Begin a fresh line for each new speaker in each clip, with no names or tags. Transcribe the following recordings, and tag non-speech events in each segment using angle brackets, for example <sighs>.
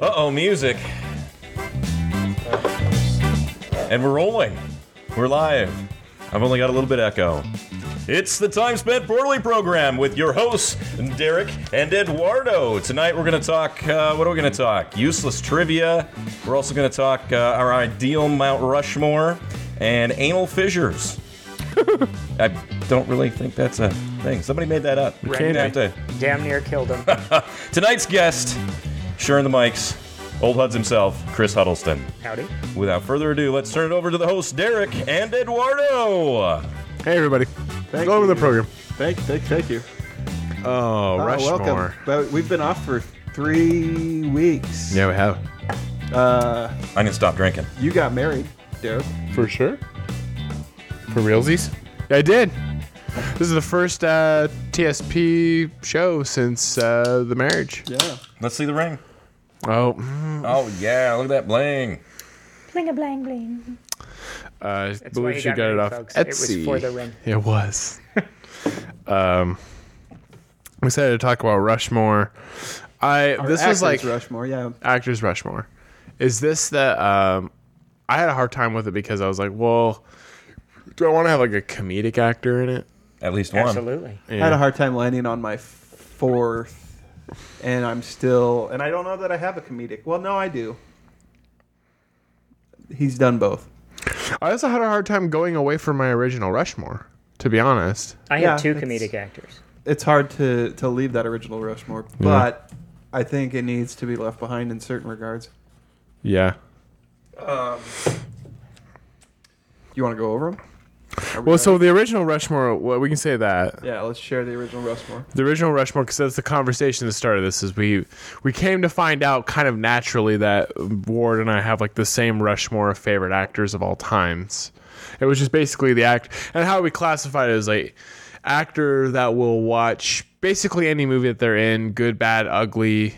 Uh oh, music. And we're rolling. We're live. I've only got a little bit echo. It's the Time Spent Poorly program with your hosts, Derek and Eduardo. Tonight we're going to talk, uh, what are we going to talk? Useless trivia. We're also going to talk uh, our ideal Mount Rushmore and anal fissures. I don't really think that's a thing. Somebody made that up. We're
can't
gonna have
be.
to
Damn near killed him.
Tonight's guest, sharing the mics, Old Huds himself, Chris Huddleston.
Howdy.
Without further ado, let's turn it over to the hosts, Derek and Eduardo.
Hey, everybody.
Thank
Go over
you.
the program.
Thank, thank, thank you.
Oh,
Ah,
Rushmore.
welcome. But we've been off for three weeks.
Yeah, we have.
Uh,
I can stop drinking.
you got married, Derek.
For sure. For realsies? I did. This is the first uh, TSP show since uh, the marriage.
Yeah.
Let's see the ring.
Oh, mm,
Oh yeah, look at that bling.
Bling a bling bling.
I
That's why
uh, believe
you
she
got
got, it
married,
off
folks. It was
Etsy.
for the ring.
It
<laughs>
was. um, I'm excited to talk about Rushmore. I this was
Actors
like
Rushmore. Yeah.
actors Rushmore. Is this the? Um, I had a hard time with it because I was like, well, do I want to have like a comedic actor in it?
At least one.
Absolutely.
I had a hard time landing on my fourth, and I'm still, and I don't know that I have a comedic. Well, no, I do. He's done both.
I also had a hard time going away from my original Rushmore. To be honest,
I
Yeah,
have two
that's-
comedic actors.
It's hard to to leave that original Rushmore, but I think it needs to be left behind in certain regards.
yeah.
You want to go over them? Are we
Well,
ready?
so the original Rushmore, well, we can say that.
yeah, let's share the original Rushmore.
the original Rushmore, because that's the conversation that started this. Is we we came to find out kind of naturally that Ward and I have like the same Rushmore of favorite actors of all times. It was just basically the act and how we classified it is like actor that will watch basically any movie that they're in, good, bad, ugly.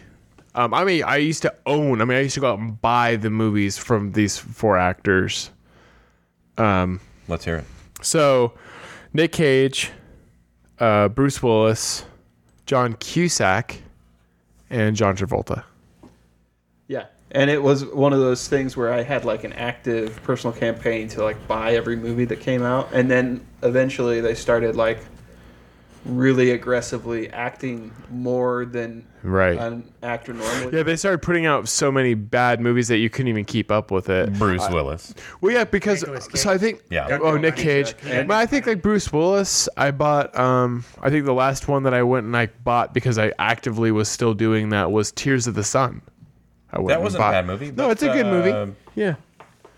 Um, I mean, I used to own. I mean, I used to go out and buy the movies from these four actors.
Let's hear it.
So, Nick Cage, uh, Bruce Willis, John Cusack, and John Travolta.
Yeah. And it was one of those things where I had like an active personal campaign to like buy every movie that came out and then eventually they started like really aggressively acting more than
Right.
an actor normally.
yeah, they started putting out so many bad movies that you couldn't even keep up with it.
Bruce Willis.
Well, yeah, because
Nicolas Cage.
so I think
Mm. Yeah.
Oh, Nick Cage.
Yeah.
But I think like Bruce Willis. I bought. Um, I think the last one that I went and I bought because I actively was still doing that was Tears of the Sun. I went
That
and
wasn't a
bought-
bad movie,
No,
but,
it's a good
uh,
movie. Yeah.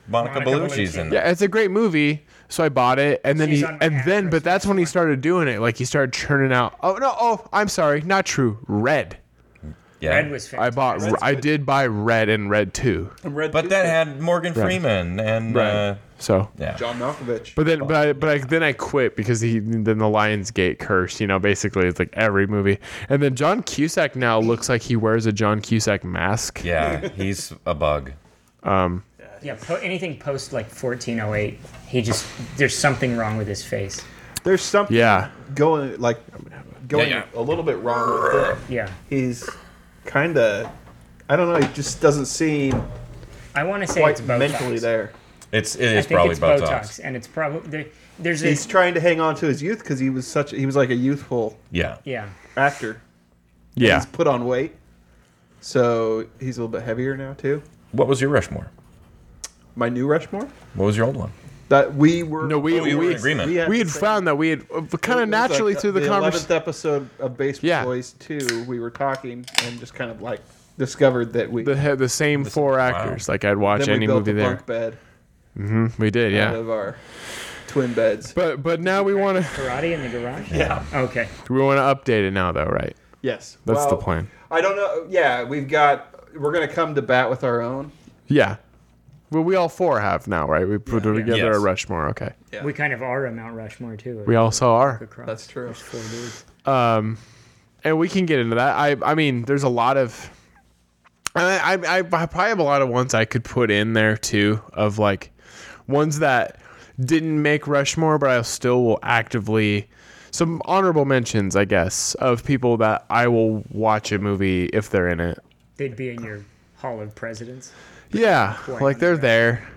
Monica,
Monica
Bellucci's in there.
Yeah, it's a great movie. So I bought it, and then
She's
he,
on
and then,
Actress
but that's when he started doing it. Like he started churning out. Oh no! Oh, I'm sorry, not true. Red.
Yeah.
Red was
I
fantastic.
bought. I did buy Red and Red Two.
But that had Morgan Freeman and uh,
So.
yeah.
John Malkovich.
But then, but I, but I, then I quit because he then the Lionsgate curse. You know, basically it's like every movie. And then John Cusack now looks like he wears a John Cusack mask.
Yeah, he's a bug.
Yeah, po- anything post like 1408, he just there's something wrong with his face.
There's something
Yeah.
going like going
Yeah,
a little bit wrong with it.
Yeah,
He's kind of I don't know, he just doesn't seem
I want to say it's
quite
Botox.
mentally there.
It's it
I
is
think
probably
it's
Botox.
Botox, and it's probably there, there's
He's
this.
trying to hang on to his youth cuz he was such he was like a youthful
Yeah.
yeah,
actor.
Yeah.
He's put on weight, so he's a little bit heavier now too.
What was your Rushmore?
My new Rushmore
What was your old one?
that we were
No, we
Oh, you were
we
in agreement.
had,
we had
the same-
found that we had kind
it
of
was
naturally
like
through the,
the
conversation.
eleventh episode of Basement
Yeah.
Boys Two. We were talking and just kind of like discovered that we
the had the same four
wow.
actors. Like I'd watch
then we
any
built
movie
the
there.
bunk bed
We did, yeah.
out of our twin beds.
But but now we want to
karate in the garage. Yeah. Okay.
<laughs> we want to update it now though, right?
yes,
That's the
well,
plan.
I don't know. Yeah, we've got we're gonna come to bat with our own.
Yeah. Well, we all four have now, right? We put together
Yes.
a Rushmore. Okay.
Yeah.
We kind of are a Mount Rushmore too.
We also are,
across.
That's true.
There's four dudes.
and we can get into that. I I mean, there's a lot of. I, I, I probably have a lot of ones I could put in there too, of like ones that didn't make Rushmore, but I still will actively some honorable mentions, I guess, of people that I will watch a movie if they're in it.
They'd be in your Hall of Presidents.
Yeah, like they're
Quite.
there.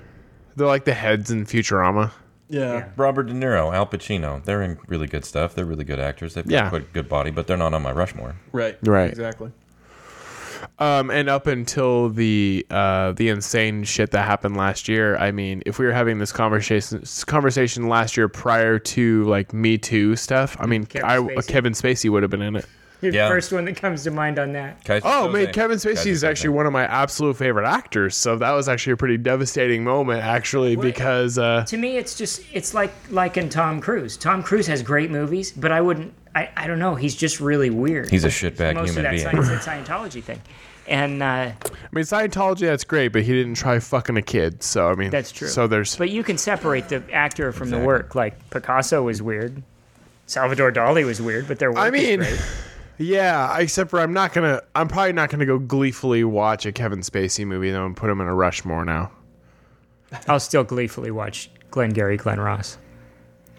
They're like the heads in Futurama.
Yeah.
Yeah.
Robert De Niro, Al Pacino. They're in really good stuff. They're really good actors. They've got
Yeah.
quite a good body, but they're not on my Rushmore.
Right.
Right.
Exactly.
Um, and up until the uh, the insane shit that happened last year, I mean, if we were having this conversation this conversation last year prior to like Me Too stuff, I mean,
Kevin
I, uh,
Spacey.
Kevin Spacey would have been in it.
You're
Yeah.
the first one that comes to mind on that.
Kaiser
Oh
Soze.
man, Kevin Spacey
Kaiser
is
Soze.
actually one of my absolute favorite actors. So that was actually a pretty devastating moment, actually, because uh,
To me, it's just it's like like in Tom Cruise. Tom Cruise has great movies, but I wouldn't. I, I don't know. He's just really weird.
He's a shitbag
Most
human
of
being.
that Science, Scientology thing, and uh,
I mean Scientology, that's great, but he didn't try fucking a kid. So I mean,
That's true.
So there's
but you can separate the actor from the work. Like Picasso was weird. Salvador Dali was weird, but their work
I
is
mean,
great.
yeah. Except for I'm not gonna. I'm probably not gonna go gleefully watch a Kevin Spacey movie though, and put him in a Rushmore now.
I'll still gleefully watch Glengarry Glen Ross.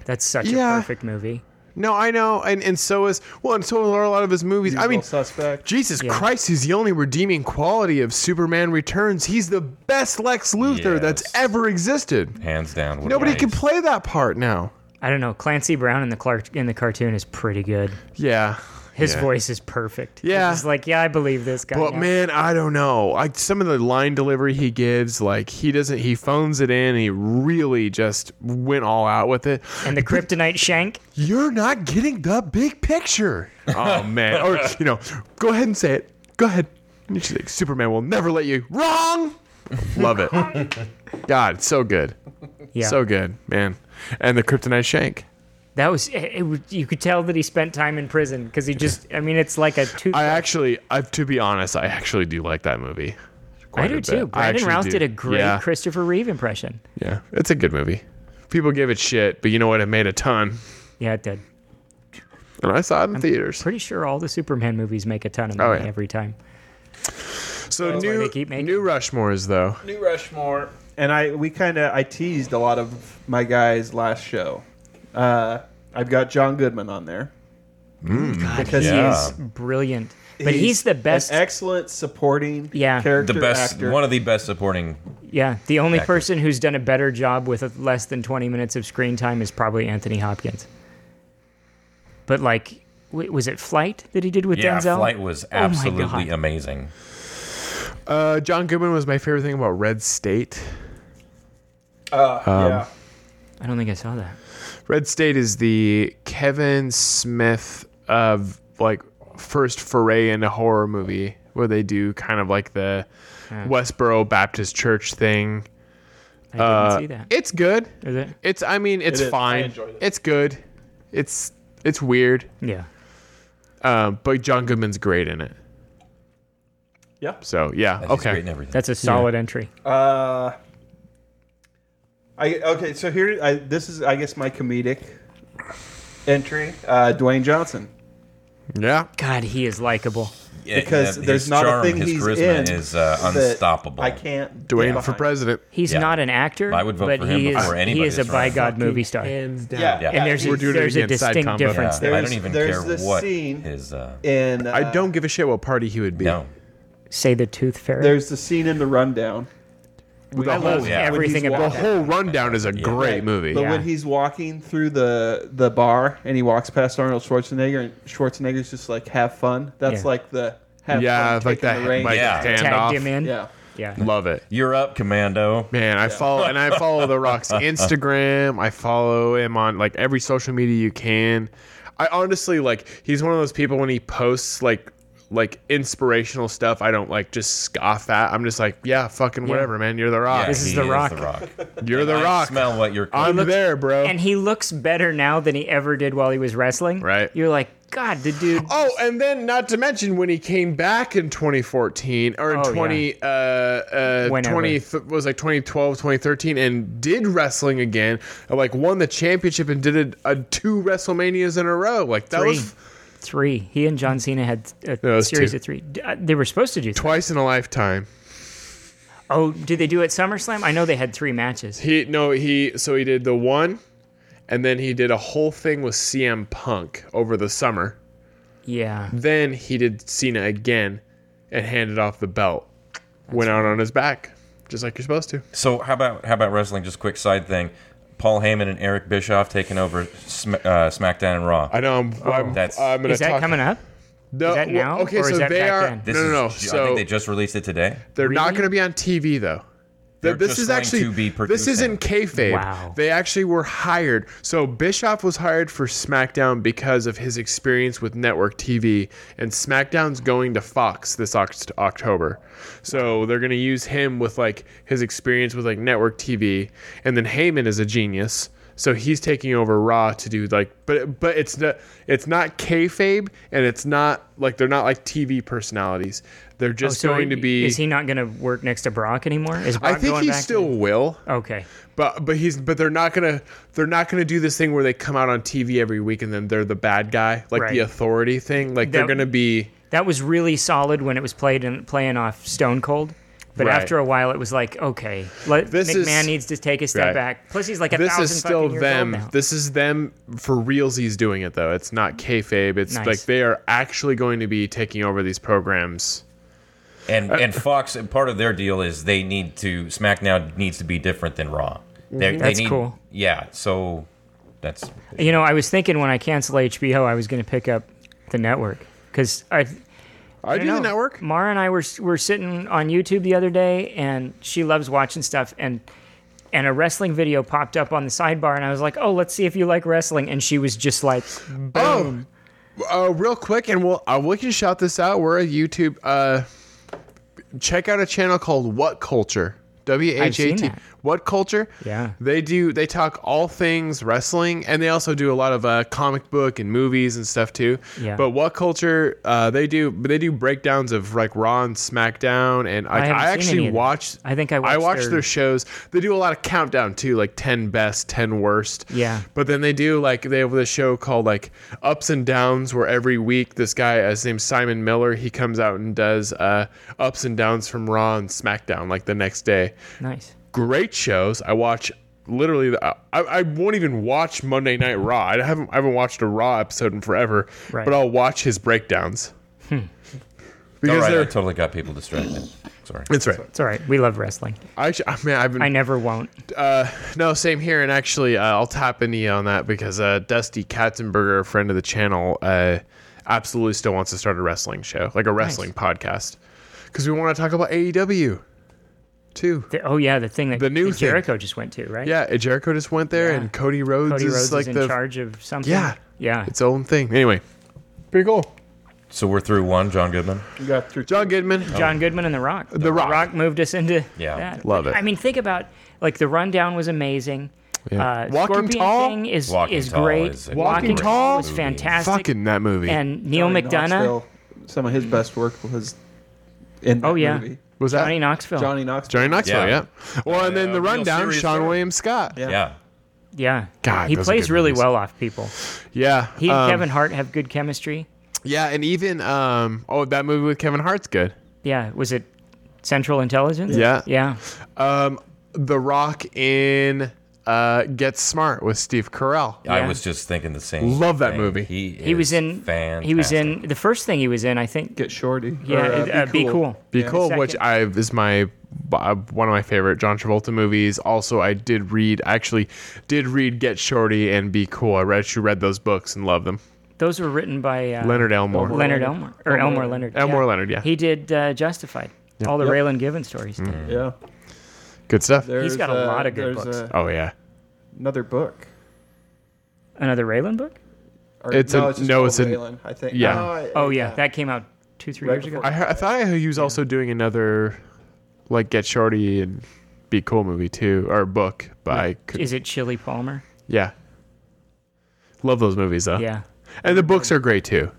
That's such
Yeah.
a perfect movie.
No, I know, and and so is well, and so are a lot of his movies. I mean,
suspect.
Jesus Christ, he's the only redeeming quality of Superman Returns. He's the best Lex Luthor that's
Yes.
ever existed.
hands down. what
Nobody
a
can
nice-
play that part now.
I don't know. Clancy Brown in the Clark in the cartoon is pretty good.
Yeah.
His
Yeah.
voice is perfect.
Yeah.
He's like, yeah, I believe this guy.
But
now."
man, I don't know. Like some of the line delivery he gives, like he doesn't he phones it in, he really just went all out with it.
and the kryptonite shank.
You're not getting the big picture. Oh man. <laughs> or you know, go ahead and say it. Go ahead. And she's like, Superman will never let you wrong. Love it. God, it's so good.
Yeah,
So good, man. And the kryptonite shank.
that was. eh, It, it, was- you could tell that he spent time in prison because he just. I mean, it's like a two.
I actually, I to be honest, I actually do like that movie.
I
quite
do
a
too.
bit. I
Brandon
actually
Routh
do.
did a great
Yeah.
Christopher Reeve impression.
Yeah, it's a good movie. People give it shit, but you know what? It made a ton,
Yeah, it did.
and I saw it in theaters.
Pretty sure all the Superman movies make a ton of
Oh,
money
yeah.
every time.
So
That's why
new,
they keep making
new Rushmores though.
New Rushmore. And I we kind of I teased a lot of my guys last show. Uh, I've got John Goodman on there because
yeah.
he's
He's brilliant, but he's, the
an
best.
excellent supporting
Yeah.
character
The best,
actor.
one of the best supporting.
yeah, the only
actor.
person who's done a better job with less than twenty minutes of screen time is probably Anthony Hopkins. But like, w- was it Flight that he did with
Yeah,
Denzel? Oh
flight was
my God.
absolutely amazing.
Uh, John Goodman was my favorite thing about Red State.
Uh,
Um,
yeah.
I don't think I saw that.
Red State is the Kevin Smith of like first foray into horror movie where they do kind of like the Westboro Baptist Church thing.
I didn't
Uh,
see that.
It's good.
Is it?
It's I mean it's
It is. I
fine.
enjoyed it.
It's good. It's it's weird.
Yeah.
Um, but John Goodman's great in it.
Yep.
So yeah.
That's just great
okay.
and everything.
That's a solid entry.
Uh, I okay. So here, I, this is I guess my comedic entry. Uh, Dwayne Johnson.
Yeah.
God, he is likable.
Yeah,
because
his
there's not a
charm,
thing
his
he's
charisma
in
is uh,
that
unstoppable.
I can't. get
Dwayne for
behind.
president.
He's
Yeah.
not an actor,
I would vote
but
for him
he
before
is.
anybody
He is a
that's
by
running.
God movie star.
Hands down.
Yeah,
Yeah.
And there's a,
We're doing it
there's a
again, side
distinct
combo.
Yeah,
difference
I
there.
don't
There's-
even
there's
care
this
what
scene
his. Uh,
in uh,
I don't give a shit what party he would be.
no,
Say the tooth fairy.
There's the scene in the rundown.
The
I
whole,
love
yeah.
everything
When he's
the
about that.
walking.
whole rundown is a great
Right.
movie.
But
Yeah.
when he's walking through the the bar and he walks past Arnold Schwarzenegger and Schwarzenegger's just like have fun. That's
Yeah.
like the have
yeah,
fun,
like
taking
that
the reins.
like
Yeah.
handoff.
Tagged him in.
yeah.
Yeah.
Love it.
you're up, Commando.
Man, I follow and I follow
<laughs>
The Rock's Instagram. I follow him on like every social media you can. I honestly like he's one of those people when he posts like like inspirational stuff I don't like just scoff at. I'm just like, yeah, fucking whatever, man. You're the rock.
Yeah,
This is
he
The Rock.
You're the
I
rock.
Smell what you're.
I'm there, bro.
And he looks better now than he ever did while he was wrestling.
Right.
You're like, God, the dude.
Oh, and then not to mention when he came back in 2014 or in
Oh,
20 uh uh
Whenever.
20 th- was like 2012 2013 and did wrestling again and, like won the championship and did a, a two WrestleManias in a row like that
Three.
was
Three. He and John Cena had a
No, it was
series
two.
of three. D- uh, They were supposed to do. Three.
twice in a lifetime.
Oh, did they do it at SummerSlam? I know they had three matches.
He no he so he did the one and then he did a whole thing with CM Punk over the summer.
Yeah.
Then he did Cena again and handed off the belt. went out on his back, just like you're supposed to.
So how about how about wrestling? Just quick side thing. Paul Heyman and Eric Bischoff taking over Sm- uh, SmackDown and Raw.
I know. I'm. I'm,
Oh. That's-
I'm gonna
Is that
talk-
coming up?
No,
Is that
well,
now,
Okay,
or
so
is that
they
back
are.
then?
No,
This
no, no.
is, I
So
think they just released it today.
they're not
Really?
going to be on TV though.
They're
Th- this
just
is
going
actually
to be
this
producing
isn't kayfabe.
Wow.
They actually were hired. So Bischoff was hired for SmackDown because of his experience with network TV, and SmackDown's going to Fox this Oct- October. So they're going to use him with like his experience with like network TV, and then Heyman is a genius. So he's taking over Raw to do like, but but it's not it's not kayfabe, and it's not like they're not like TV personalities.
Oh,
They're just
Oh, so
going to be.
Is he not going to work next to Brock anymore? Is
I
Brock
think
going
he
back to-
still will
okay.
but but he's but they're not gonna they're not gonna do this thing where they come out on TV every week and then they're the bad guy like
Right.
the authority thing like they're
That-
gonna be
That was really solid when it was played and playing off Stone Cold. But
Right.
after a while, it was like, okay, let,
This is-
McMahon needs to take a step
Right.
back. Plus, he's like a
this
thousand
is still
fucking years old
them
now.
this is them for realsies doing it though it's not kayfabe it's
Nice.
like they are actually going to be taking over these programs Uh,
And and Fox and part of their deal is they need to SmackDown needs to be different than Raw.
Mm-hmm.
They, they
That's
need,
cool.
Yeah, so that's
You know, I was thinking when I cancel HBO, I was going to pick up the network because I.
I, do
don't
the
know.
network
Mara and I were were sitting on YouTube the other day, and she loves watching stuff and. And a wrestling video popped up on the sidebar, and I was like, "Oh, let's see if you like wrestling." And she was just like,
oh uh, real quick and we'll uh, we can shout this out we're a YouTube uh check out a channel called What Culture W H A
seen
T
that.
What Culture
Yeah.
They do. They talk all things wrestling, and they also do a lot of uh, comic book and movies and stuff too.
Yeah.
But what culture? Uh, they do. They do breakdowns of like Raw and SmackDown, and I,
haven't
I
seen any
actually
of that.
watched.
I think I
I
watched
watched
their-
their shows. They do a lot of countdown too, like ten best, ten worst.
Yeah.
But then they do like they have this show called like Ups and Downs, where every week this guy, uh, his name's Simon Miller, he comes out and does uh, ups and downs from Raw and SmackDown, like the next day
"Nice."
great shows. I watch literally. The, I, I won't even watch Monday Night Raw. I haven't I haven't watched a Raw episode in forever.
Right. Hmm.
But I'll watch his breakdowns because
all right, I
they're.
totally got people distracted. Sorry.
That's right.
It's all right. We love wrestling.
I, sh- I mean, I've been
I never won't.
no same here, and actually, uh, I'll tap into you on that because uh, Dusty Katzenberger, a friend of the channel, uh, absolutely still wants to start a wrestling show, like a wrestling podcast, because we want to talk about AEW too.
The- oh yeah, the thing that
The new
that
thing.
Jericho just went to, right?
Yeah, Jericho just went there,
Yeah.
and Cody Rhodes
Cody
is
Rhodes
like
is in
the
charge of something.
Yeah.
yeah.
its own thing. Anyway, pretty cool.
So we're through one, John Goodman.
You got through.
John Goodman.
John Goodman and The Rock. The
uh, Rock.
moved us into
<laughs> Yeah.
that.
Love it.
I mean, think about like the rundown was amazing. Uh,
Walking
Scorpion
Tall?
King is
Walking
is
Tall
great.
is a
Walking
great
Tall?
was
movie.
fantastic.
Fucking that movie.
and Neil
Johnny
McDonough.
Knoxville, Some of his best work was in that
Oh yeah,
movie.
was that
Johnny Knoxville.
Johnny Knoxville.
Johnny Knoxville?
Yeah.
Yeah. Well, and then
Uh,
the
real
rundown.
serious
Sean
story.
William Scott.
Yeah.
Yeah.
Yeah,
God,
he
those are
plays
good
really
movies.
well off people.
Yeah.
He
um,
and Kevin Hart have good chemistry.
Yeah, and even um, oh, that movie with Kevin Hart's good.
Yeah, was it Central Intelligence?
Yeah.
yeah.
Um, the Rock in uh, Get Smart with Steve Carell.
I
Yeah.
was just thinking the same.
Love that
thing.
movie.
He,
He was
is
in.
Fantastic.
He was in the first thing. He was in, I think.
Get Shorty.
Yeah,
Or,
it- uh, Be Cool.
Be
Yeah.
cool,
Second.
which I is my uh, one of my favorite John Travolta movies. Also, I did read actually did read Get Shorty and Be Cool. I read you read those books and love them.
Those were written by uh,
Leonard Elmore.
Leonard Elmore or Elmore,
Elmore
Leonard.
Elmore Leonard, yeah.
He did uh, Justified. All the
Yep.
Raylan Givens stories. too.
Mm-hmm.
Yeah.
Good stuff.
There's,
got a
uh,
lot of good
there's,
books.
uh,
oh yeah.
another book.
Another Raylan book?
Or,
It's a-
just
no,
called
it's an-
Raylan, I think.
yeah.
No, I-
Oh yeah, that came out two, three
Right
years ago.
before-
I, he- I thought I heard he was also doing another, like Get Shorty and Be Cool movie too, or book. But I could,
Is it Chili Palmer?
yeah, love those movies though.
Yeah.
and the books are great too.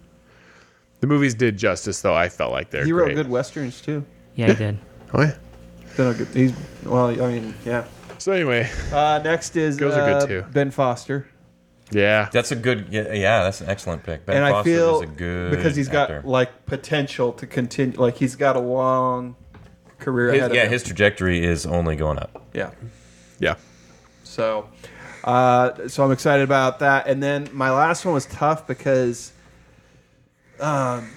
The movies did justice though. I felt like they're
he wrote
great.
good westerns too.
Yeah, he did.
Oh yeah.
He's Been a good, he's well, I mean, yeah.
So anyway,
Uh, next is
Girls are good,
uh,
too.
Ben Foster,
yeah,
That's a good. Yeah, yeah, that's an excellent pick. Ben
and I
Foster
feel
is a good
because he's
actor.
got like potential to continue. Like he's got a long career
His-
ahead
yeah,
of him.
his trajectory is only going up.
yeah.
yeah.
So, uh, so I'm excited about that. And then my last one was tough because, um,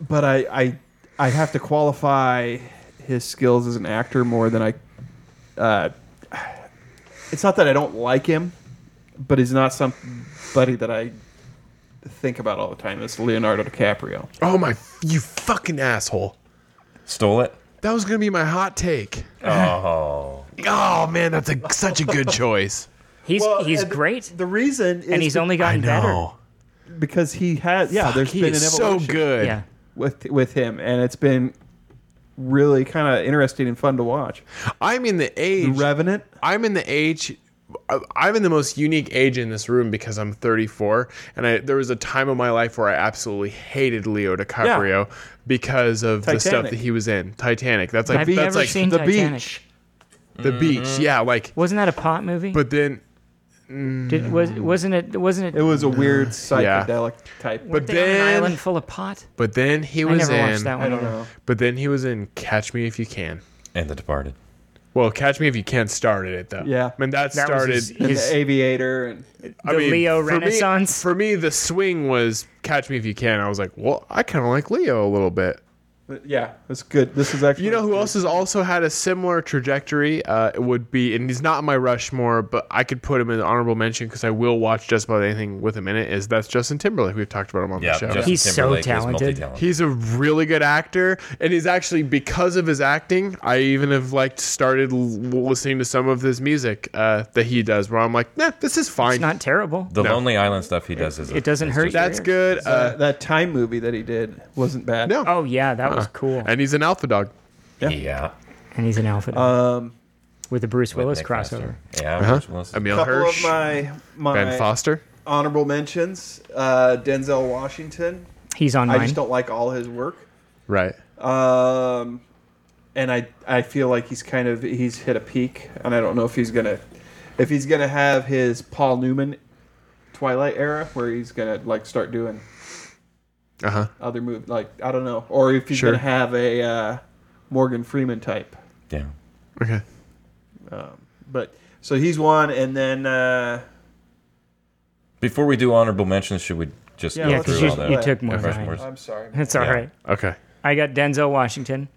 but I I I have to qualify his skills as an actor more than I. Uh, it's not that I don't like him, but he's not somebody that I think about all the time. It's Leonardo DiCaprio.
Oh my! You fucking asshole!
Stole it.
That was gonna be my hot take.
Oh,
Oh man, that's a, such a good <laughs> choice.
He's he's great,
The reason is
and he's only
I
gotten better.
know.
because he has. Yeah, there's
he
been an
is so
evolution.
good.
Yeah.
with with him, and it's been really kind of interesting and fun to watch.
I'm in the
The
age.
Revenant.
I'm in the age. uh, I'm in the most unique age in this room because I'm 34, and I, there was a time in my life where I absolutely hated Leo DiCaprio because of the stuff
Titanic.
that he was in. Titanic. That's like
I've
that's
never
like
seen Mm-hmm.
the
Titanic.
beach.
the beach. Yeah, like.
Wasn't that a pot movie?
But then,
Did, was wasn't it wasn't it?
It was a weird
Uh, Yeah.
psychedelic type.
But
weren't they on an
then-
island full of pot.
but then he
I
was
never
in.
watched that
I
one.
don't
either.
know.
But then he was in Catch Me If You Can.
and The Departed.
Well, Catch Me If You Can started it though.
Yeah.
I mean that,
That was
started.
his-
And
his-
the Aviator and
I
the
mean,
Leo
for me-
Renaissance.
for me, the swing was Catch Me If You Can. I was like, well, I kind of like Leo a little bit.
yeah, it's good. This is actually
You know who else has also had a similar trajectory? Uh, it would be, and he's not in my Rushmore, but I could put him in the honorable mention because I will watch just about anything with him in it. Is that's Justin Timberlake? We've talked about him on
Yeah,
the show.
Justin
He's so
Timberlake is
talented.
multi-talented.
He's a really good actor, and he's actually because of his acting, I even have like started l- listening to some of his music uh, that he does. Where I'm like, nah, this is fine.
It's not terrible.
the Lonely Island stuff he does is
It doesn't
is
hurt
just-
you.
That's good. Uh,
that, that time movie that he did wasn't bad.
no, Uh-huh.
Oh yeah, that was cool.
Uh. and he's an alpha dog.
Yeah.
Yeah,
And he's an alpha dog.
Um,
with the Bruce
with
Willis
Nick
crossover.
Foster. Yeah,
Uh-huh.
Bruce Willis.
Emil
couple
Hirsch,
of my
Ben
my
Foster.
honorable mentions: uh, Denzel Washington.
He's on
I
mine.
just don't like all his work,
Right.
um, and I I feel like he's kind of he's hit a peak, and I don't know if he's gonna if he's gonna have his Paul Newman Twilight era where he's gonna like start doing
Uh huh.
other movies. Like I don't know, or if he's
Sure.
gonna have a uh, Morgan Freeman type.
Yeah.
Okay.
But so he's one, and then uh,
Before we do honorable mentions, should we just
Yeah,
go
yeah,
let's
through
because
do
all
you,
the
that.
you took more.
Rushmores?
Than I.
I'm sorry. man.
That's all
Yeah.
right.
Okay.
I got Denzel Washington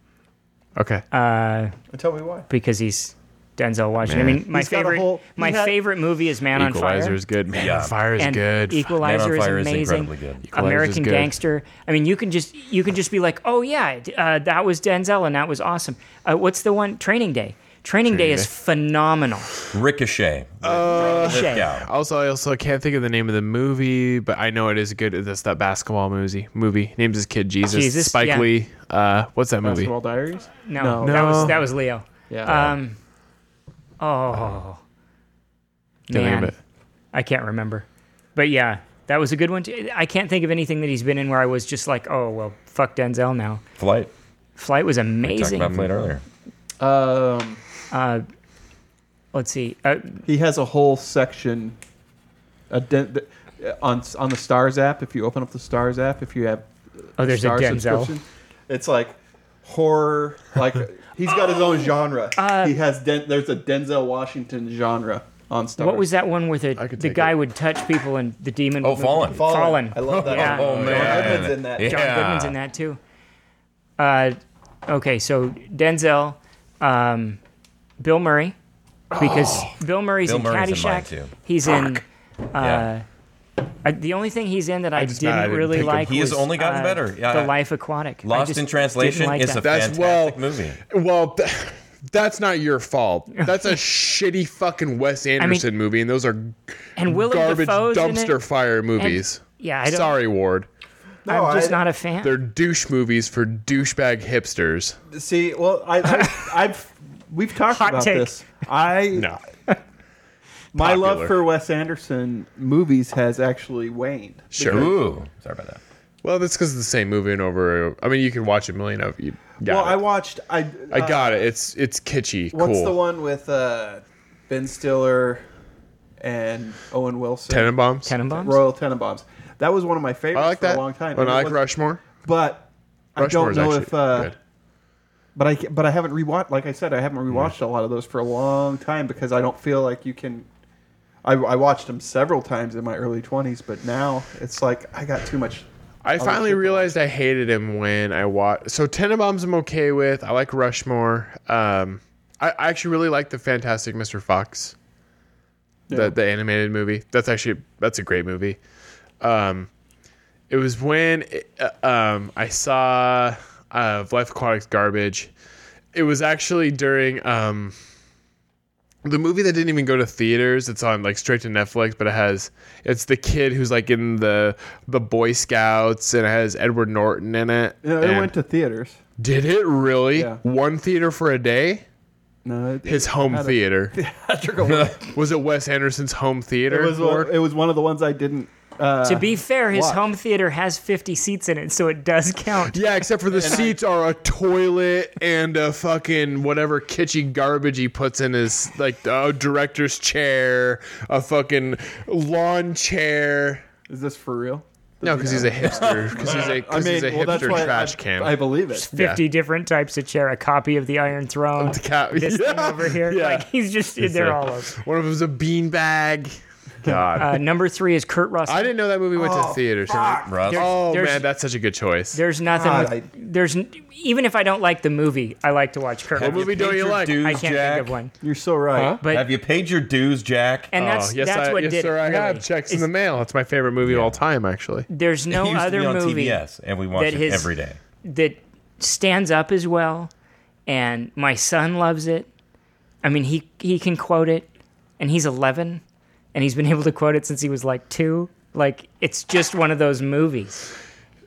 Okay.
uh,
Tell me why.
because he's Denzel Washington. I
Man.
mean, my
He's got a
favorite
whole- he
my
had-
favorite movie is Man on
Equalizer
Fire.
is good. Man,
Yeah.
Fire is
and E
good.
Man on
Equalizer
Fire
is
is
amazing.
incredibly good.
Equalizer is
American
good.
Gangster. I mean, you can just you can just be like, oh yeah, d- uh, that was Denzel and that was awesome. Uh, what's the one? Training Day. Training, Day, is
Day.
phenomenal.
Ricochet.
Shame.
Yeah.
Also, I also can't think of the name of the movie, but I know it is good. That's that basketball movie. Movie names his kid Jesus.
Jesus,
Spike
yeah.
Lee. Uh, what's that movie?
Basketball Diaries.
No,
No.
that was
No.
that was Leo.
Yeah.
Um, oh,
Can't think of
man,
it.
I can't remember. But yeah, that was a good one. Too. I can't think of anything that he's been in where I was just like, oh well, fuck Denzel now.
Flight.
Flight was
We talked
amazing.
about Flight earlier.
um,
Uh, let's see. Uh,
he has a whole section a den- th- on on the Stars app. If you open up the Stars app, if you have
oh, there's a
Star
Denzel.
subscription, it's like horror.
<laughs>
Like he's got his own genre.
Uh,
he has den- there's a Denzel Washington genre on Stars.
What was that one where the,
I could
the
take
guy
it.
would touch people and the demon?
Oh,
would move-
Fallen.
Fallen.
Fallen.
I love that.
Yeah.
one.
Oh, man.
John Goodman's in that.
Yeah.
John-
John Goodman's in that too. Uh, okay, so Denzel, um, Bill Murray, because
<gasps>
Bill Murray's
Bill
in
Murray's in mine,
Caddyshack.
too.
He's in.
Yeah.
Uh, I, the only thing he's in that I,
just-
didn't
I didn't
really
pick him.
like
He has
was
only gotten
uh,
better. Yeah,
The
I-
Life Aquatic. I
Lost
just
in Translation
didn't like
is a
that.
That's
fantastic
well-
movie.
Well, th- that's not
<laughs>
your fault. That's a shitty fucking Wes Anderson movie, and those are
and Willem
garbage
Dafoe's in
dumpster
it.
fire movies.
Yeah, I don't.
Sorry, Ward.
No,
I'm just
I-
not a fan.
They're douche movies for douchebag hipsters.
See, well, I,
<laughs>
I I've we've talked
Hot
about
take.
this. I
No.
my love
popular.
for Wes Anderson movies has actually waned.
<laughs> Sure.
Ooh. Sorry about that.
Well, that's because it's the same movie and over. I mean, you can watch a million of you. Got
Well, I
it.
watched. I uh,
I got it. It's it's kitschy.
What's
cool.
the one with uh, Ben Stiller and Owen Wilson?
Tenenbaums.
Tenenbaums.
Royal Tenenbaums. That was one of my favorites
I like
for
that.
a long time.
And
And
I
it
like
was-
Rushmore.
but I
Rushmore
don't
is
know
actually
if. Uh,
good. Mm.
but I but I haven't rewatched. Like I said, I haven't rewatched a lot of those for a long time because I don't feel like you can. I, I watched them several times in my early twenties, but now it's like I got too much.
I finally
triple.
realized I hated him when I watched. So Tenenbaums I'm okay with. I like Rushmore. Um, I, I actually really like the Fantastic Mr. Fox,
Yeah.
the the animated movie. That's actually that's a great movie. Um, it was when uh, um I saw uh Life Aquatic's Garbage. It was actually during um the movie that didn't even go to theaters it's on like straight to netflix but it has it's the kid who's like in the the boy scouts and it has edward norton in it
No, it
And-
went to theaters.
did it really
Yeah.
one theater for a day
No, it,
his home
had a- <laughs>
theater
I took a walk.
<laughs> was it wes anderson's home theater
it was one,
Lord?
it was one of the ones I didn't. Uh,
To be fair, his
watch.
home theater has 50 seats in it, so it does
<laughs>
count.
yeah except for the seats are a toilet and a fucking whatever kitschy garbage he puts in his like a director's chair a fucking lawn chair
is this for real?
No, because he's a hipster. Because he's a,
I
cause
mean,
he's a
well, that's
hipster
why
trash
I,
can.
I believe it.
50 different types of chair, a copy of the Iron Throne,
<laughs>
Cow-
this thing
Yeah.
over here.
Yeah.
Like, he's just, they're
a-
all over.
<laughs> One of them's a beanbag. God,
Uh, number three is Kurt Russell.
I didn't know that movie went to theaters.
Russ.
Oh
Oh, There's-
man, that's such a good choice.
There's nothing.
God,
Ah,
with,
I-
there's n- even if I don't like the movie, I like to watch Kurt.
What
Russell.
movie don't
Paid
you
your
like?
dues,
I can't
Jack?
think of one.
You're so right.
But
Have you paid your dues, Jack?
and that's
oh yes,
that's
I,
what
yes,
did
sir.
it.
I
really.
have checks in
It's-
the mail. It's my favorite movie of all time, actually.
There's no
it used
other
to be on
movie
TBS, and we watched
that
it
his-
every day.
that stands up as well, and my son loves it. I mean, he he can quote it, and he's 11, and he's been <laughs> able to quote it since he was like two. Like it's just one of those movies,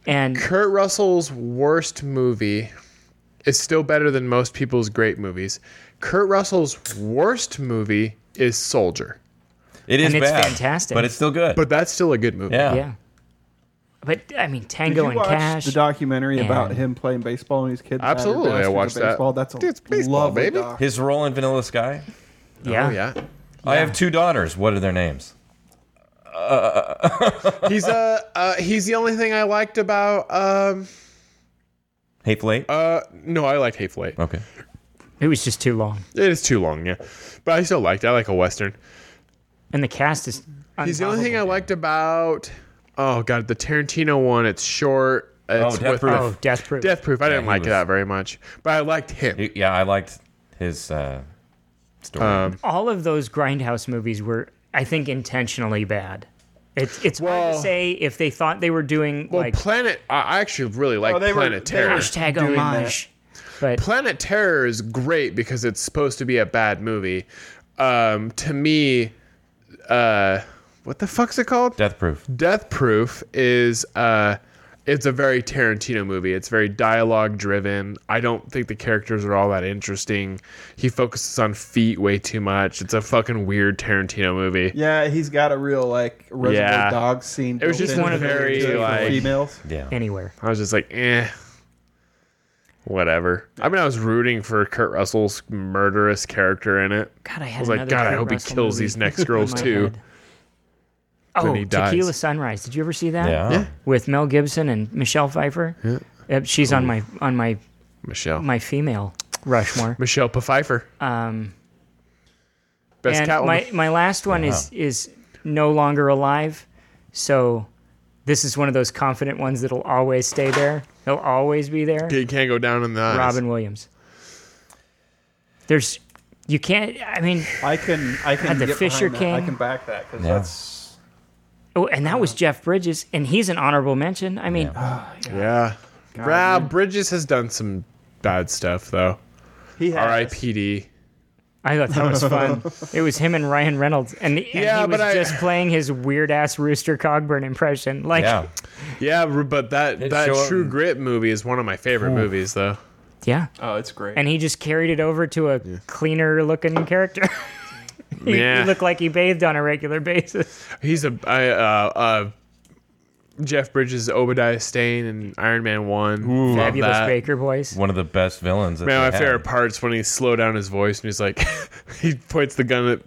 and
Kurt Russell's worst movie is still better than most people's great movies. Kurt Russell's worst movie is Soldier,
It is
And it's
bad,
fantastic.
but it's still good.
but that's still a good movie.
yeah.
yeah. But I mean,
Did
Tango
you
and
watch
Cash.
the documentary about
and-
him playing baseball when he was a kid?
Absolutely, I
Battered Bastards of
watched that.
baseball. That's a
Dude, it's baseball,
lovely
baby.
doc.
His role in Vanilla Sky.
yeah.
Oh yeah.
I have two daughters. What are their names?
He's uh, uh he's the only thing I liked about um
Hateful Eight.
uh no I liked Hateful Eight.
okay.
It was just too long,
It is too long, yeah, but I still liked. it. I like a western.
and the cast is.
He's the only
untoppable.
thing I liked about oh god the Tarantino one. It's short. It's
Death Proof.
Oh, Death Proof.
Death Proof. I didn't
he
like
was-
that very much, but I liked him.
Y- Yeah, I liked his uh, story.
all of those grindhouse movies were i think intentionally bad it's it's hard
Well-
to say if they thought they were doing
Well,
like
Planet. I I actually really like
Oh, they were-
Planet
they
Terror.
were-
hashtag
doing
homage but
Planet Terror is great because it's supposed to be a bad movie. Um, to me, uh, what the fuck's it called?
Death Proof.
Death Proof is uh it's a very Tarantino movie. It's very dialogue driven. I don't think the characters are all that interesting. He focuses on feet way too much. It's a fucking weird Tarantino movie.
Yeah, he's got a real like Reservoir
Yeah.
Dog scene.
It was
built
just
in
one of
for
very,
the
like-
females.
Yeah.
anywhere
I was just like, eh. Whatever. I mean, I was rooting for Kurt Russell's murderous character in it.
god i had
I was like,
another
God, I
Kurt
hope he
Russell
kills
movie
these
<laughs>
next
in
girls
my
too.
head. oh
he dies.
tequila sunrise did you ever see that
Yeah.
with mel gibson and michelle pfeiffer Yep, she's on my on my
Michelle.
my female rushmore
Michelle Pfeiffer.
um
Best
and
Catwoman.
my,
<laughs>
my last one
Uh-huh.
is is no longer alive so this is one of those confident ones that'll always stay there he'll always be there
He can't go down in the eyes.
robin williams there's you can't i mean
I can I can
Had the
get
Fisher
behind that. I
King.
can back that because
Yeah.
that's
oh, and that was jeff bridges and he's an honorable mention i mean
Uh-huh. Yeah. Rob Bridges has done some bad stuff though.
he has.
R.I.P.D.
i thought that was
<laughs>
fun it was him and ryan reynolds and, and
Yeah,
he was
but I-
just playing his weird ass rooster cogburn impression like
Yeah.
Yeah, r- but that
It
that
sure-
True Grit movie is one of my favorite movies though.
yeah.
Oh, it's great.
and he just carried it over to a cleaner looking character <laughs> he,
Yeah.
he looked like he bathed on a regular basis.
He's a I, uh, uh, Jeff Bridges, Obadiah Stane, and Iron Man One. Love
Fabulous
that.
Baker voice.
One of the best villains. That
Man,
they
my
had.
favorite part's when he slow down his voice and he's like, <laughs> he points the gun at.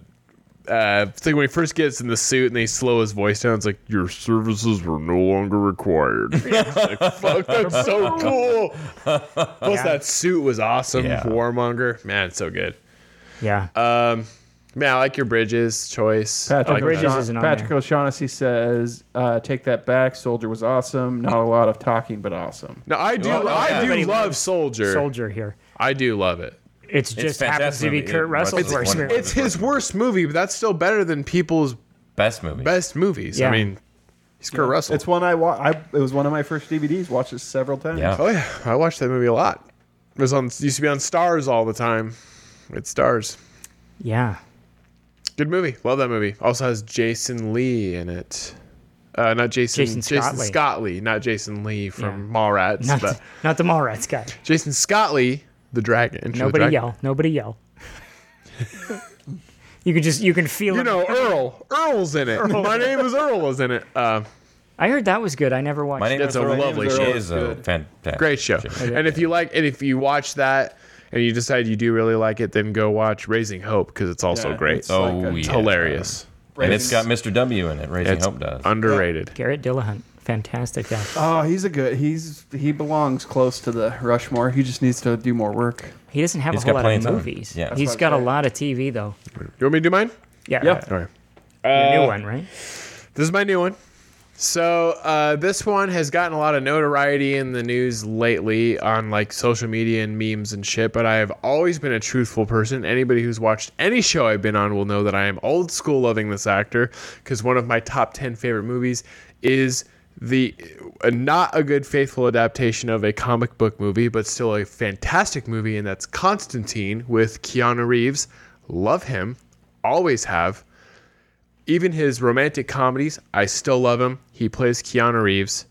Uh, it's like when he first gets in the suit and they slow his voice down. It's like your services were no longer required. <laughs> It's like, Fuck, that's so cool. Plus, that suit was awesome.
Yeah.
Warmonger, man, it's so good.
Yeah. Oh,
Um, mean, I like your Bridges choice. I
Patrick,
like
Bridges
that.
O'Shaughnessy-
isn't on
Patrick
there.
O'Shaughnessy says, uh, "Take that back. Soldier was awesome. Not a lot of talking, but awesome."
No, I do.
Well, no,
I
everybody
do love
loves
Soldier.
Soldier here.
I do love it.
It's just
fantastic
happens to be
movie.
Kurt
It-
Russell's
Russell's
worst
wonderful.
movie.
It's his worst movie, but that's still better than people's
Best movie.
best movies. I
Yeah.
mean, he's Kurt Russell.
It's one I, wa- I It was one of my first DVDs. Watched it several times.
Yeah.
oh yeah, I watched that movie a lot. It was on used to be on Stars all the time. It's Stars.
Yeah.
Good movie. Love that movie. Also has Jason Lee in it. Uh, not Jason
Jason
Jason
Scott
Scott,
Lee.
Lee, not Jason Lee from
Yeah.
Mallrats,
Not <laughs>
but
the, not the Mallrats guy.
Jason Scott Lee, the dragon. Enter the
Nobody
Dragon.
yell. Nobody
<laughs>
yell. you can just you can feel
You
him.
know Earl. Earl's in it. My name is Earl is in it. Uh,
I heard that was good. I never watched
My name
it.
is
a
Earl.
lovely
It
show.
is a
Good.
fantastic
great show. And if you like, and if you watch that, and you decide you do really like it, then go watch Raising Hope because it's also
Yeah,
great.
it's
oh,
Oh,
like a-
yeah.
it's hilarious.
And it's got Mr. W in it. Raising
It's
Hope does.
underrated.
Garrett Dillahunt. Fantastic actor.
Oh, he's a good. He's he belongs close to the Rushmore. He just needs to do more work.
He doesn't have
He's
a whole
got
lot of
plenty of time.
movies.
Yeah. That's
He's
what I'm
got a
saying.
lot of TV though.
You want me to do mine?
Yeah.
Yeah.
All right.
Your
Uh,
new one, right?
This is my new one. So uh, this one has gotten a lot of notoriety in the news lately on like social media and memes and shit. But I have always been a truthful person. Anybody who's watched any show I've been on will know that I am old school loving this actor because one of my top ten favorite movies is the uh, not a good faithful adaptation of a comic book movie, but still a fantastic movie, and that's Constantine with Keanu Reeves. Love him, always have even his romantic comedies, I still love him. He plays Keanu Reeves.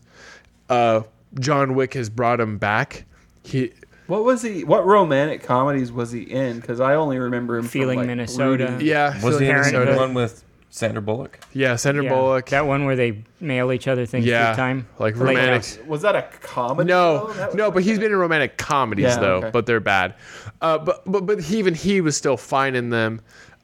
Uh, John Wick has brought him back. He
What was he? What romantic comedies was he in? Because I only remember him from,
Feeling
like,
Minnesota.
Rudy.
yeah
Was he in
Parenthood.
the one with Sandra Bullock?
yeah Sandra
Yeah.
Bullock
That one where they mail each other things
yeah
through time.
like
Late House.
romantic
Was that a comedy?
No,
though? Oh, That was
no, but
like
he's
a-
been in romantic comedies
Yeah,
though,
okay.
but they're bad. Uh, but but but he, even he was still fine in them.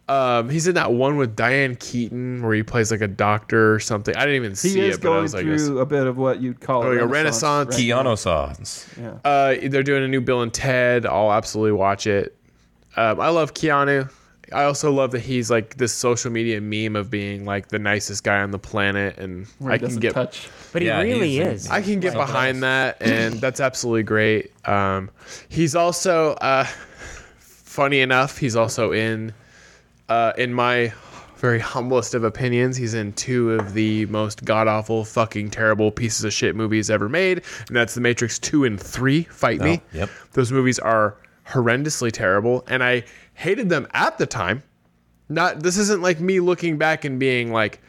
Um, he's in that one with Diane Keaton where he plays like a doctor or something. I didn't even
He
see
is
it, but I Oh,
going
was like,
through a bit of what you'd call
Like a renaissance.
right?
Keanu Sans.
Uh, they're doing a new Bill and Ted. I'll absolutely watch it. Um, I love Keanu. I also love that he's like this social media meme of being like the nicest guy on the planet, and
Where
I
he
can
doesn't
get
touch.
But
Yeah,
he really
he's-
is.
I can get behind that, and that's absolutely great. Um, he's also uh, funny enough. He's also in uh, in my very humblest of opinions. He's in two of the most god awful, fucking terrible pieces of shit movies ever made, and that's The Matrix Two and Three. Fight me.
Oh, yep.
Those movies are horrendously terrible, and I hated them at the time. Not this isn't like me looking back and being like,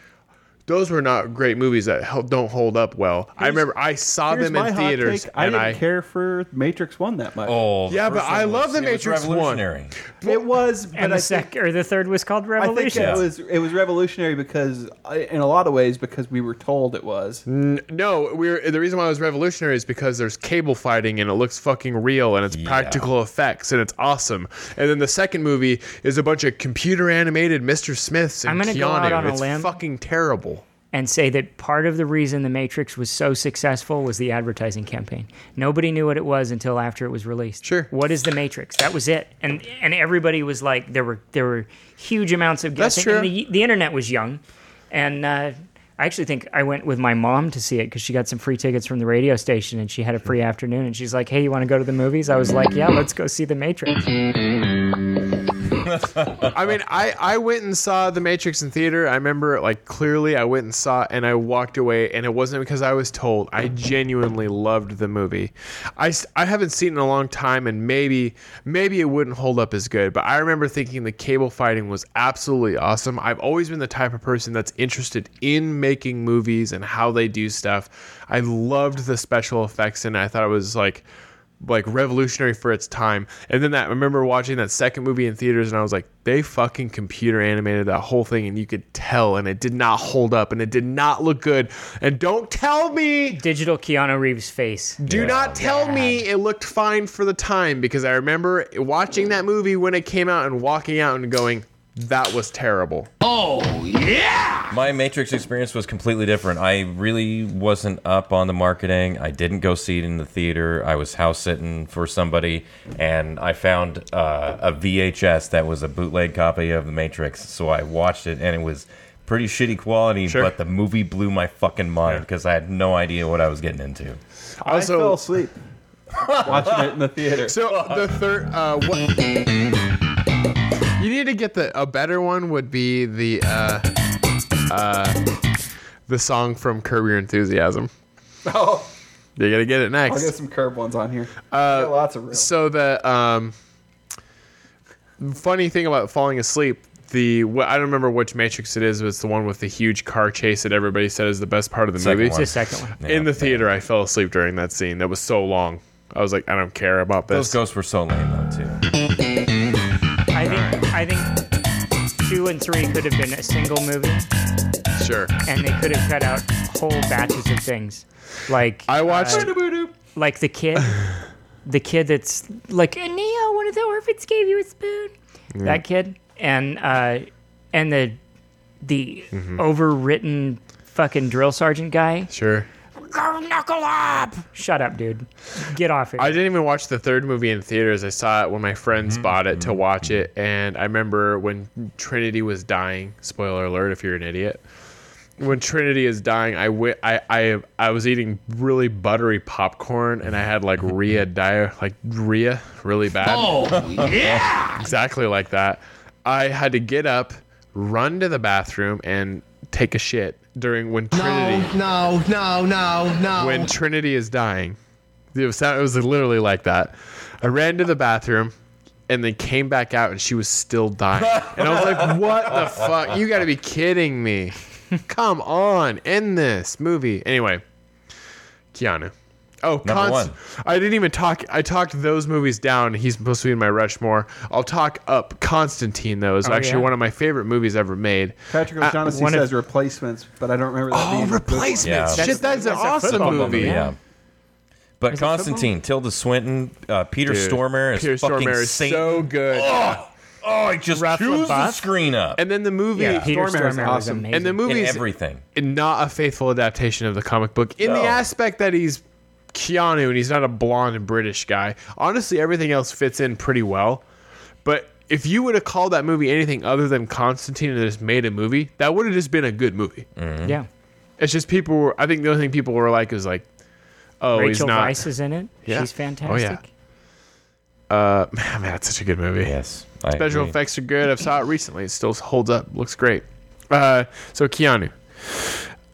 those were not great movies that hel- don't hold up well. I remember I saw
Here's
them
my
in
hot
theaters,
take. I
and
didn't
I
care for Matrix One that much.
Oh, the
Yeah, but
first one
I
was-
love The
it was
Matrix one.
revolutionary.
It was, but
and
I
the
think-
sec or the third was called
I think uh,
Revolution.
it
Yeah.
was it was revolutionary because, I- in a lot of ways, because we were told it was.
Mm, no. We're the reason why it was revolutionary is because there's cable fighting and it looks fucking real and it's practical effects and it's awesome. And then the second movie is a bunch of computer animated Mr. Smiths and
I'm gonna
Keanu.
go out on a
it's
limb.
fucking terrible.
and say that part of the reason the Matrix was so successful was the advertising campaign. Nobody knew what it was until after it was released.
Sure.
What is the Matrix? That was it. And and everybody was like there were there were huge amounts of
That's
guessing.
true.
And the the internet was young. And uh I actually think I went with my mom to see it because she got some free tickets from the radio station and she had a free afternoon and she's like, "Hey, you want to go to the movies?" I was like, "Yeah, let's go see The Matrix."
<laughs> I mean, I, I went and saw The Matrix in theater. I remember, like, clearly I went and saw it and I walked away, and it wasn't because I was told. I genuinely loved the movie. I, s- I haven't seen it in a long time, and maybe maybe it wouldn't hold up as good, but I remember thinking the cable fighting was absolutely awesome. I've always been the type of person that's interested in making movies and how they do stuff. I loved the special effects, and I thought it was like like revolutionary for its time. And then that I remember watching that second movie in theaters and I was like, they fucking computer animated that whole thing and you could tell and it did not hold up and it did not look good. And don't tell me
Digital Keanu Reeves face.
do
Yeah.
not tell me it looked fine for the time because I remember watching that movie when it came out and walking out and going, that was terrible.
My Matrix experience was completely different. I really wasn't up on the marketing. I didn't go see it in the theater. I was house sitting for somebody, and I found uh, a VHS that was a bootleg copy of The Matrix. So I watched it, and it was pretty shitty quality,
Sure.
but the movie blew my fucking mind because I had no idea what I was getting into.
Also,
I fell asleep
<laughs>
watching it in the theater.
So the third, uh, what? You need to get the a better one would be the uh, uh, the song from Curb Your Enthusiasm.
oh,
You gotta get it
I'll get
next.
some curb ones on here. Uh, lots of room.
So the um, funny thing about falling asleep, the wh- I don't remember which Matrix it is, but it's the one with the huge car chase that everybody said is the best part of the
Second
movie.
one.
The second one.
Yeah.
In the theater, I fell asleep during that scene. That was so long. I was like, I don't care about this.
Those ghosts were so lame, though, too.
I think I think two and three could have been a single movie,
Sure.
and they could have cut out whole batches of things, like
I watched.
like the kid, the kid that's like Neo. One of the orphans gave you a spoon. That kid, and uh, and the the
Mm-hmm.
overwritten fucking drill sergeant guy.
sure.
Go knuckle up. Shut up, dude. Get off it.
I didn't even watch the third movie in theaters. I saw it when my friends bought it to watch it, and I remember when Trinity was dying. Spoiler alert! If you're an idiot, when Trinity is dying, I wi- I, I I was eating really buttery popcorn, and I had like <laughs> Rhea dire like Rhea really bad. Oh yeah, <laughs> exactly like that. I had to get up, run to the bathroom, and take a shit during when Trinity
No, no, no, no.
Oh.
when Trinity is dying. It was, it was literally like that. I ran to the bathroom and then came back out and she was still dying. And I was
<laughs>
like, what the fuck? You gotta be kidding me. Come on, end this movie. Anyway, Keanu. Oh,
Number one.
I didn't even talk. I talked those movies down. He's supposed to be in my Rushmore. I'll talk up Constantine, though. It's actually
Oh, yeah?
one of my favorite movies ever made. Uh,
Patrick O'Shaughnessy
one of-
says replacements, but I don't remember that.
Oh,
being a good one.
replacements!
Yeah.
Shit, that's, an
That's a
awesome
football
movie.
movie,
Yeah.
Yeah.
But
Is it
Constantine, Tilda Swinton, uh, Peter
Dude,
Stormare is
Peter
fucking
Stormare is
Satan.
so good.
oh, I just
Raphael
choose the
Buff?
screen up
And then the movie,
Yeah.
Peter
Stormare is
Stormare was
awesome.
amazing.
and the
in
movie is
everything.
not a faithful adaptation of the comic book in
No.
the aspect that he's Keanu and he's not a blonde and British guy. Honestly, everything else fits in pretty well. But if you would have called that movie anything other than Constantine and just made a movie, that would have just been a good movie.
Mm.
yeah.
It's just people were. I think the only thing people were like is like, oh, he's
Rachel
not.
Weisz is in it.
Yeah.
She's
Oh, yeah.
fantastic.
Uh, <laughs> man, that's such a good movie.
Yes. I
Special
agree.
effects are good. I've saw it recently. It still holds up. Looks great. Uh, so Keanu.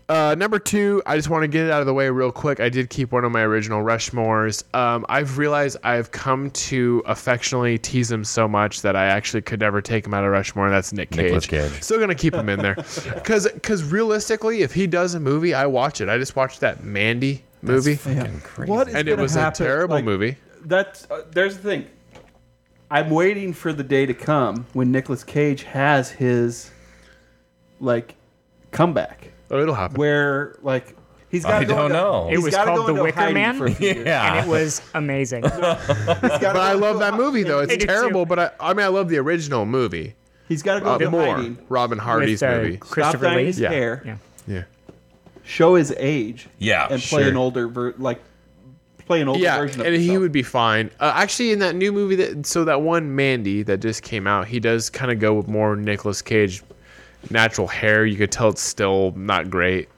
Uh, number two, I just want to get it out of the way real quick. I did keep one of my original Rushmores. Um, I've realized I've come to affectionately tease him so much that I actually could never take him out of Rushmore. and That's Nick Cage.
Nicolas Cage.
Still gonna keep him in
<laughs>
there, because realistically, if he does a movie, I watch it. I just watched that Mandy movie,
Fucking crazy.
What is
and it
gonna
was
happen?
a terrible
Like,
movie.
That's uh, there's the thing. I'm waiting for the day to come when Nicolas Cage has his like comeback,
Oh, it'll happen.
where like he's got.
I don't know.
It was called The Wicker Man? <laughs>
yeah.
Yeah.
<laughs>
And it was amazing.
But I love that movie though.
I
<laughs>
It's
do too.
terrible, but I, I mean, I love the original movie
He's got to go
uh,
into
more.
hiding.
Robin Hardy's
With, uh,
movie.
Stop
Christopher
dyeing
Lee.
his
Yeah.
hair.
Yeah.
Yeah,
Show his age.
Yeah,
And play
sure.
an older ver- like play an older
yeah,
version of
and he
himself.
would be fine. Uh, actually, in that new movie that so that one Mandy that just came out, he does kind of go with more Nicolas Cage natural hair. You could tell it's still not great.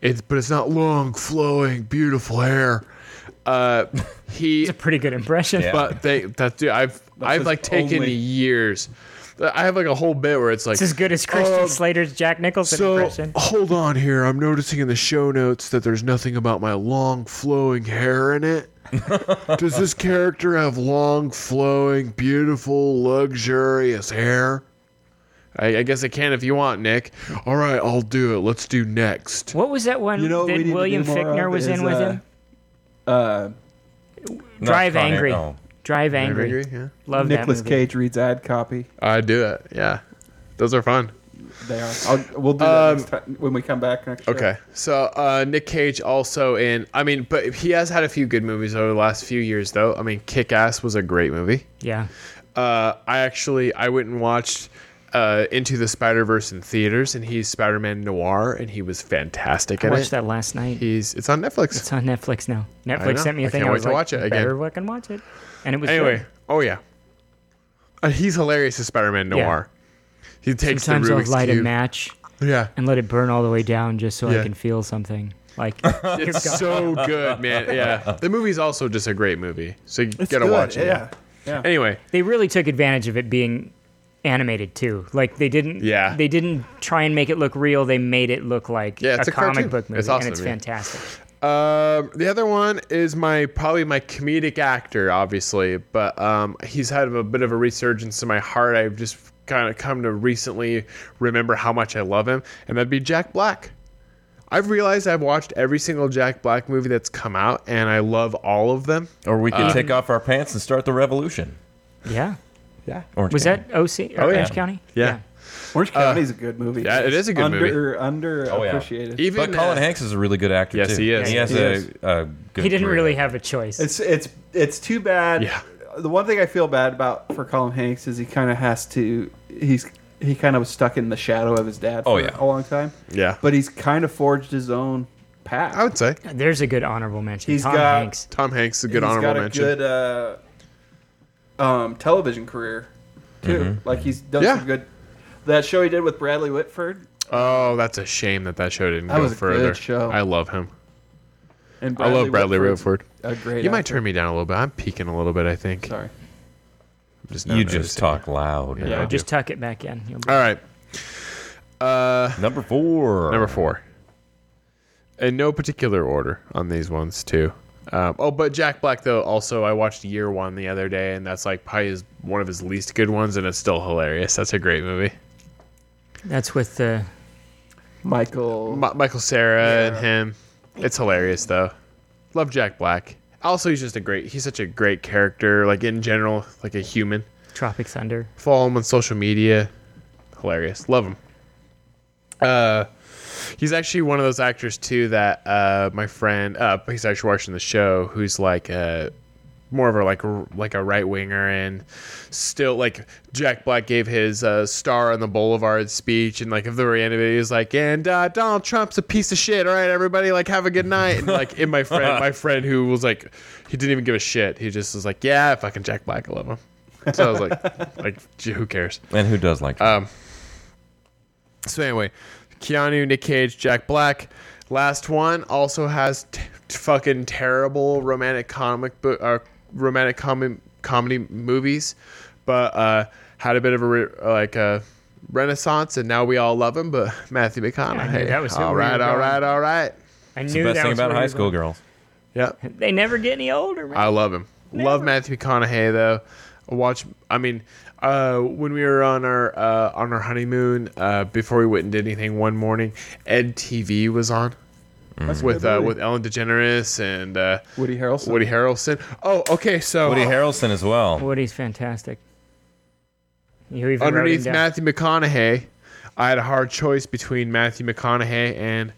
It's but it's not long, flowing, beautiful hair.
<laughs>
Uh, he
Pretty good impression.
Yeah.
but they that dude I've I've
his
like taken
only-
years. I have like a whole bit where it's like
It's as good as Christian
Um,
Slater's Jack Nicholson impression.
hold on here. I'm noticing in the show notes that there's nothing about my long flowing hair in it. Does this character have long flowing, beautiful, luxurious hair? I, I guess I can if you want, Nick. All right, I'll do it. Let's do next.
What was that one
You know what we need
that
to do
William
more
Fickner
of
was
is,
in with
uh,
him?
uh,
Not
Drive
Con Air,
Angry.
no.
Drive Angry.
Yeah.
Love
Nicolas
that movie.
Cage reads ad copy.
I do it. Yeah, those are fun.
They are. Um, I'll, we'll do that next time when we come back next. show.
Okay. So uh, Nick Cage also in. I mean, but he has had a few good movies over the last few years, though. I mean, Kick Ass was a great movie.
Yeah.
uh, I actually I went and watched uh, Into the Spider Verse in theaters, and he's Spider Man Noir, and he was fantastic
I
at
watched
it.
that last night.
He's it's on Netflix.
It's on Netflix now.
I
Netflix
know.
sent me a
I
thing.
can't wait
was
to
like,
watch it
"You
again."
Better fucking watch it. And it was
anyway,
good.
oh yeah, Uh, he's hilarious as Spider Man
Yeah.
Noir. He takes
Sometimes
the
I'll
Rubik's
light
cube.
a match <laughs>
Yeah,
and let it burn all the way down just so
Yeah.
I can feel something.
<laughs>
Like
it's so good, man. Yeah, the movie's also just a great movie, so you gotta
good,
watch it.
Yeah.
Anyway,
they really took advantage of it being animated too. Like they didn't.
Yeah.
They didn't try and make it look real. They made it look like
Yeah, it's a
comic
cartoon.
book movie,
It's awesome,
and it's
yeah.
fantastic.
Um, the other one is my probably my comedic actor, obviously, but um, he's had a bit of a resurgence in my heart. I've just kind of come to recently remember how much I love him, and that'd be Jack Black. I've realized I've watched every single Jack Black movie that's come out, and I love all of them.
Or we could take off our pants and start the revolution.
Yeah.
Orange
Was
County.
that OC?
Oh, yeah.
Orange County?
Yeah.
Orange County's a good movie.
yeah, it is a good
under,
movie.
Oh, yeah.
Underappreciated.
Even
But Colin
uh,
Hanks is a really good actor
Yes,
too.
he is.
And He
Yeah,
has
he
a,
is.
a good
He didn't
career.
really have a choice.
It's it's it's too bad.
Yeah.
The one thing I feel bad about for Colin Hanks is he kind of has to. He's he kind of was stuck in the shadow of his dad. For
Oh, yeah.
a long time.
Yeah.
but he's kind of forged his own path.
I would say
There's a good honorable mention.
He's
Tom
got-
Hanks.
Tom Hanks is a good
He's
honorable
got a
mention.
good uh, um, television career too. Like he's
Mm-hmm.
done
Yeah.
some good. That show he did with Bradley Whitford
oh, that's a shame that that show didn't
That
go
was a good
further.
show.
I love him.
and
I love Bradley
Whitford's
Whitford.
A great.
You might
actor.
turn me down a little bit. I'm peaking a little bit. I think.
Sorry.
I'm just not
You just
noticing.
talk loud.
Yeah, I do.
Just tuck it back in. You'll be-
All right. Uh,
Number four.
number four. In no particular order on these ones too. Um, oh, but Jack Black though. Also, I watched Year One the other day, and that's like probably his, one of his least good ones, and it's still hilarious. That's a great movie.
That's with the.
Michael.
Mi- Michael Sarah and him. It's hilarious though. Love Jack Black. Also, he's just a great. He's such a great character. Like in general, like a human.
Tropic Thunder.
follow him on social media. Hilarious. Love him. Uh, he's actually one of those actors too that uh, my friend uh, he's actually watching the show who's like uh, more of a like r- like a right winger and still like Jack Black gave his uh, star on the Boulevard speech and like at the very end of it he was like and uh, Donald Trump's a piece of shit all right everybody like have a good night and like in my friend my friend who was like he didn't even give a shit he just was like yeah fucking Jack Black I love him so I was like <laughs> like gee, who cares
And who does like? Uh,
so anyway, Keanu, Nick Cage, Jack Black. Last one also has t- t- fucking terrible romantic comic book uh, romantic com- comedy movies, but uh, had a bit of a re- like a renaissance, and now we all love him. But Matthew
I knew
McConaughey.
that was who
all
we
right,
were
all
going.
right, all right.
I
it's
knew
the best
that
thing
was
about
where
high
you
school
were
girls.
Yep.
going. They never get any older, man.
I love him. Love Matthew McConaughey though. I Watch. I mean, uh, when we were on our uh, on our honeymoon, uh, before we went and did anything one morning, Ed TV was on with uh, with Ellen DeGeneres and uh,
Woody Harrelson.
Woody Harrelson. Oh, okay. So
Woody Harrelson as well.
Woody's fantastic. You even underneath
underneath
Matt.
Matthew McConaughey, I had a hard choice between Matthew McConaughey and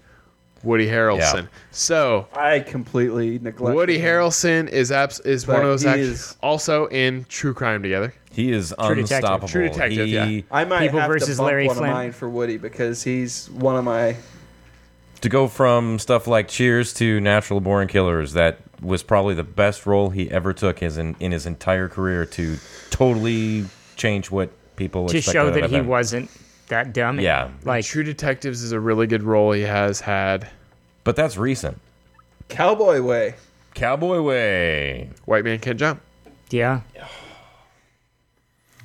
Woody Harrelson.
Yeah.
So
I completely neglected.
Woody
him.
Harrelson is abs- is one
But
of those
he
actors.
is-
Also in True Crime together.
He is
Detective.
unstoppable.
True Detective,
He-
yeah.
I might
People
have
versus
to bump
Larry
one
Flint.
of mine for Woody because he's one of my.
To go from stuff like Cheers to Natural Born Killers, that was probably the best role he ever took his in, in his entire career to totally change what people
To
expected
show
out
that
of
he
him.
wasn't that dumb.
uh, Yeah.
Like,
True Detectives is a really good role he has had.
But that's recent.
Cowboy Way.
Cowboy Way.
White Man Can't Jump.
yeah.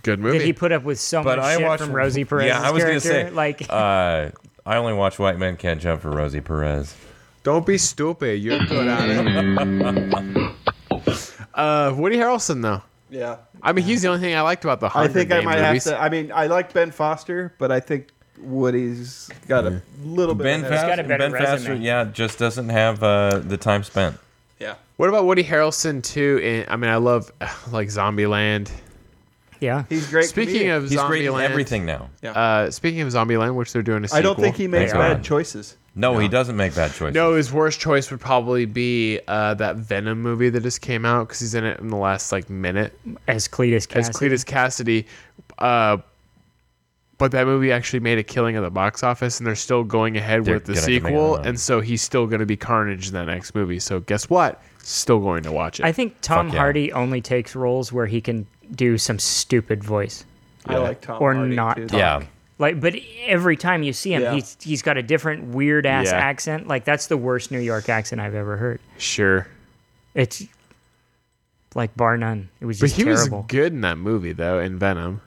Good movie.
Did he put up with so
But
much
I
shit
watched
from Rosie Perez?
Yeah, I was gonna
character?
say.
Like,
Uh, I only watch White Men Can't Jump for Rosie Perez.
Don't be stupid. You're good at it.
<laughs>
uh, Woody Harrelson, though.
Yeah.
I mean, he's the only thing I liked about the
I
Hunger
think I
Game
might
movies.
have to. I mean, I like Ben Foster, but I think Woody's got a little bit.
Ben,
of
Fast,
head-
got a better
ben Faster,
resume.
yeah, just doesn't have uh, the time spent.
Yeah.
What about Woody Harrelson too? In, I mean, I love <sighs> uh, like Zombieland.
yeah.
He's great.
Speaking
comedian.
of
He's great in
Zombieland,
everything now.
Uh, speaking of Zombieland, which they're doing a sequel.
I don't think he makes
Thank God.
bad choices.
No, he doesn't make bad choices.
No, his worst choice would probably be uh, that Venom movie that just came out because he's in it in the last like minute.
As Cletus
as
Cassidy.
Cletus Cassidy. Uh, but that movie actually made a killing at the box office, and they're still going ahead
They're
with the
gonna make
sequel,
another.
and so he's still going to be Carnage in that next movie. So guess what? Still going to watch it.
I think Tom
Fuck yeah.
Hardy only takes roles where he can do some stupid voice.
I like Tom
Or
Hardy,
not
too.
Tom.
Yeah.
Like, but every time you see him,
Yeah.
he's he's got a different weird ass
Yeah.
accent. Like that's the worst New York accent I've ever heard.
sure,
It's like bar none. It was
but
just
he
terrible.
was good in that movie though. In Venom,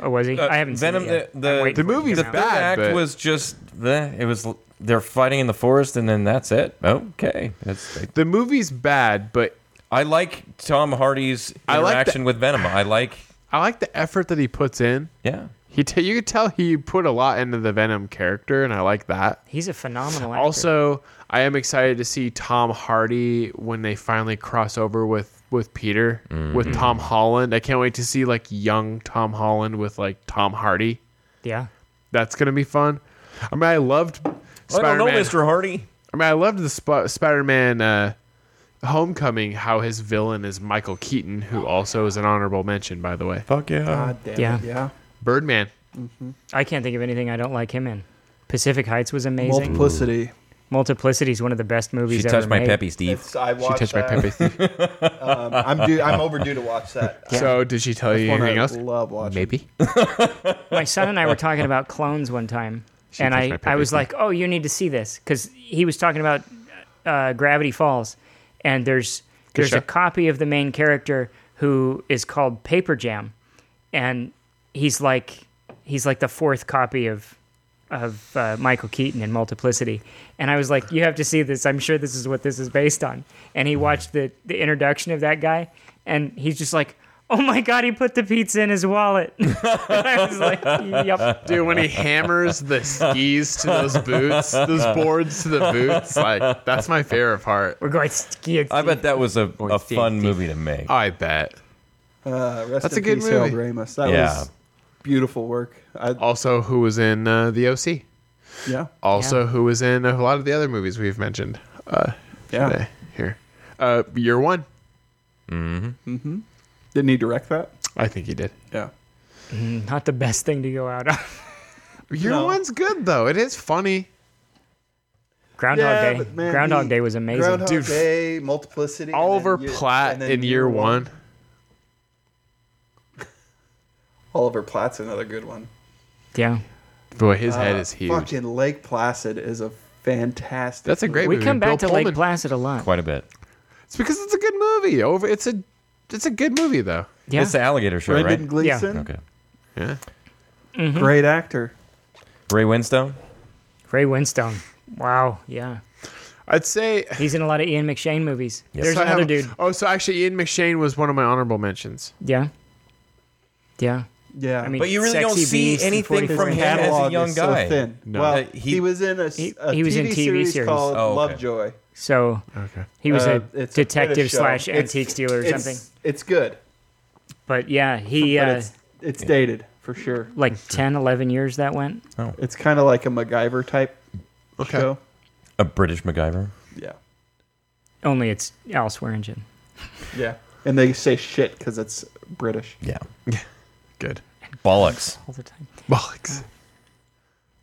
oh, was he?
Uh,
I haven't
Venom,
seen it yet.
the-
I'm
the-
waiting
the
for it to
movie's
come
The
out.
third
bad,
act
but-
was just the it was they're fighting in the forest and then that's it. Okay, that's
the movie's bad, but
I like Tom Hardy's
I like that-
interaction with Venom. I like
I like the effort that he puts in.
yeah.
He t- you could tell he put a lot into the Venom character, and I like that.
He's a phenomenal actor.
Also, I am excited to see Tom Hardy when they finally cross over with with Peter with Tom Holland. I can't wait to see like young Tom Holland with like Tom Hardy.
yeah.
That's gonna be fun. I mean, I loved
I
Spider
don't know,
Man.
Mr. Hardy.
I mean, I loved the Sp- Spider Man uh, Homecoming. How his villain is Michael Keaton, who also is an honorable mention, by the way.
Fuck yeah.
God damn it,
Yeah.
yeah.
Birdman.
I can't think of anything I don't like him in. Pacific Heights was amazing.
Multiplicity.
Multiplicity is one of the best movies
she
ever
touched my
made.
peppy, Steve.
It's, I
She
watched
touched my
that.
<laughs>
peppy. <laughs> Thief.
Um, I'm due, I'm overdue to watch that.
So, did she tell you
One
<laughs> anything
I
else?
love watching.
Maybe.
my son and
<laughs>
I were talking about clones one time, and
touched
I,
my
I
pee-pee
was
thing.
like, "Oh, you need to see this," because he was talking about uh, Gravity Falls, and there's there's
show.
a copy of the main character who is called Paper Jam, and he's like he's like the fourth copy of of uh, Michael Keaton in Multiplicity, and I was like, "You have to see this. I'm sure this is what this is based on." And he watched the the introduction of that guy, and he's just like. Oh my God! He put the pizza in his wallet. <laughs> and I was like, "Yep."
Dude, when he hammers the skis to those boots, those boards to the boots, like that's my favorite part.
We're going ski.
I bet that was a, a
Steve,
fun
Steve.
movie to make.
I bet.
Uh, rest
That's
in
a good
peace, Harold
movie.
Ramis. That
Yeah.
was beautiful work. I,
Also, who was in uh, the OC?
yeah.
Also,
Yeah.
who was in a lot of the other movies we've mentioned uh,
Yeah.
today here. Uh, year one,
Didn't he direct that?
I think he did.
Yeah.
Not the best thing to go out on. <laughs>
Year
No.
one's good though. It is funny.
Groundhog
Yeah,
Day.
but man,
Groundhog
he-
Day was amazing.
Groundhog
Dude,
Day, Multiplicity. and
Oliver
then year-
Platt
and then
in year one.
Oliver Platt's another good one.
Yeah.
Boy, his head
Uh,
is huge.
Fucking Lake Placid is a fantastic.
That's a great
We
movie.
come back
Bill
to
Pullman.
Lake Placid a lot.
Quite a bit.
It's because it's a good movie. Over, it's a, it's a good movie though.
Yeah.
It's the alligator show,
Brendan
right?
Gleeson,
Okay.
Yeah.
Mm-hmm.
great actor.
Ray Winstone.
Ray Winstone. Wow. Yeah.
I'd say
He's in a lot of Ian McShane movies. There's
So I
another
have-
dude.
Oh, so actually, Ian McShane was one of my honorable mentions.
Yeah. Yeah.
Yeah.
I mean,
But you really
Sexy
don't see
Beast and
anything
44
from him
Hours.
as a
catalog
young
is so
guy.
thin.
No.
Well,
Uh,
he,
he-
was in a, s-
He-
a
he was in
TV
TV
series,
series.
called
Oh, okay.
Lovejoy.
So
Okay.
he was
Uh,
a
it's a
detective
British show.
slash
It's-
antique dealer or
it's,
something.
It's good,
But yeah, he
<laughs> but
uh,
it's it's dated for sure.
like 10, 11 years that went.
It's kind of like a MacGyver type
Okay.
show.
A British MacGyver.
Yeah,
Only it's Al Swearingen.
yeah. And they say shit because it's British.
Yeah.
Good.
Bollocks.
All the time.
Bollocks.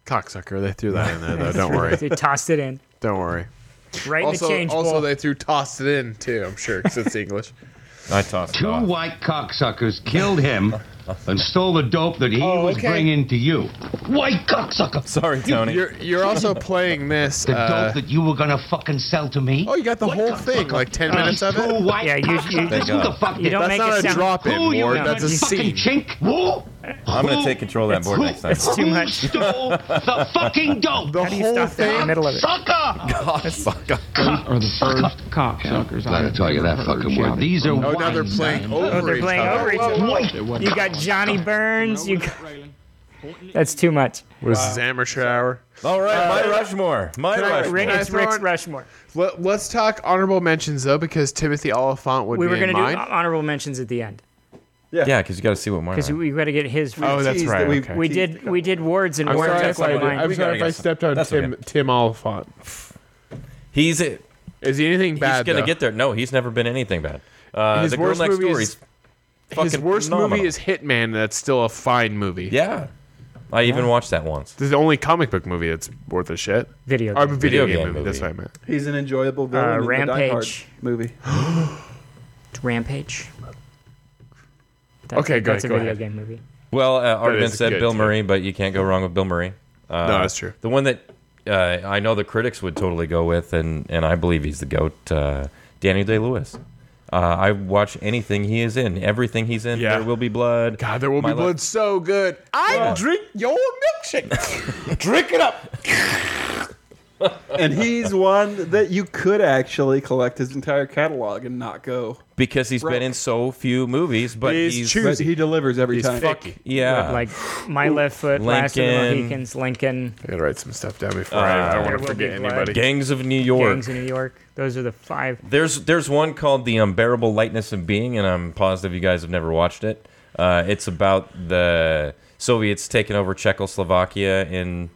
Cocksucker. They threw that in there,
<laughs>
though. Don't worry.
They tossed it in.
Don't worry.
Right in the
Also,
change
also
bowl.
they threw tossed it in, too, I'm sure, because it's English.
I tossed it
Two
off.
white cocksuckers killed him and stole the dope that he
Oh,
was bringing to you. White cocksucker!
Sorry, Tony.
You're, you're also playing this.
The
Uh,
dope that you were gonna fucking sell to me?
oh, you got the whole thing, like 10 minutes of
Two
it?
white
Yeah, you- you-
cocksuckers. Who the fuck
You
did
don't
that?
Oh. make
That's not
it
a
sound-
drop
Who
in,
you
Ward.
know,
That's a
you
fucking
scene.
chink? Who?
I'm gonna take control of that board
who,
next time. It's
too
who
much.
stole the fucking dope?
The
How do you
whole
stop that in the
thing.
middle of it?
Sucker!
are the first cocksuckers I
Gotta
have
tell you
ever
that
heard
fucking
shouting
word. These are
Oh,
white
now they're playing over
they're
each
playing
other.
over each other.
White.
You got Johnny Burns. You got, that's too much.
What is this, amateur hour?
All right, my Rushmore. My
Uh, can I-
Rushmore.
Rick,
I
it's
throw
Rick's
in-
Rushmore.
Let, us talk honorable mentions, though, because Timothy Oliphant would
We
be
were
in
going to do
mine.
honorable mentions at the end
Yeah, because you got to see what mine.
because
are.
we got to get his.
oh, that's
Teased
right.
that we-
okay.
we did we did Ward's and
I'm
Ward
sorry,
took
if
one
I,
of mine.
I'm sorry if I stepped on
That's
Tim,
okay.
Tim Oliphant.
He's it.
Is he anything
He's
bad?
gonna
though?
get there. No, he's never been anything bad. Uh,
His
the girl
worst
next
movie
door.
is-
He's fucking
His worst
phenomenal.
movie is Hitman. and That's still a fine movie.
yeah. I even watched that once.
This is the only comic book movie that's worth a shit.
Video
Or
game.
video,
Video
game,
game
movie. That's what
movie.
I meant.
He's an enjoyable villain
Uh,
in the Die Hard
Rampage.
movie.
Rampage. That's,
Okay, go
That's a
ahead, go
video
ahead.
game movie.
Well, uh, already been
is
said
good,
Bill
too.
Murray, but you can't go wrong with Bill Murray. Uh,
No, that's true.
The one that uh, I know the critics would totally go with, and, and I believe he's the GOAT, uh, Danny Day Lewis. Uh, I watch anything he is in, everything he's in.
Yeah.
There will be blood.
God, there will
My
be
Left-
blood so good. I drink your
<laughs>
milkshake. drink it up.
And he's one that you could actually collect his entire catalog and not go.
because he's
Right.
been in so few movies, but
He's
he's,
choosing.
But he delivers every time.
Fuck.
yeah.
Like My Left Foot, Last of the
Uh, Lincoln.
Mohicans, Lincoln,
I gotta write some stuff down
Uh,
before I, I don't
There
want
Will
to
Be
forget
Blood.
anybody.
Gangs of New York.
Gangs in New York. Those are the five.
There's there's one called The Unbearable Lightness of Being, and I'm positive you guys have never watched it. Uh, it's about the Soviets taking over Czechoslovakia in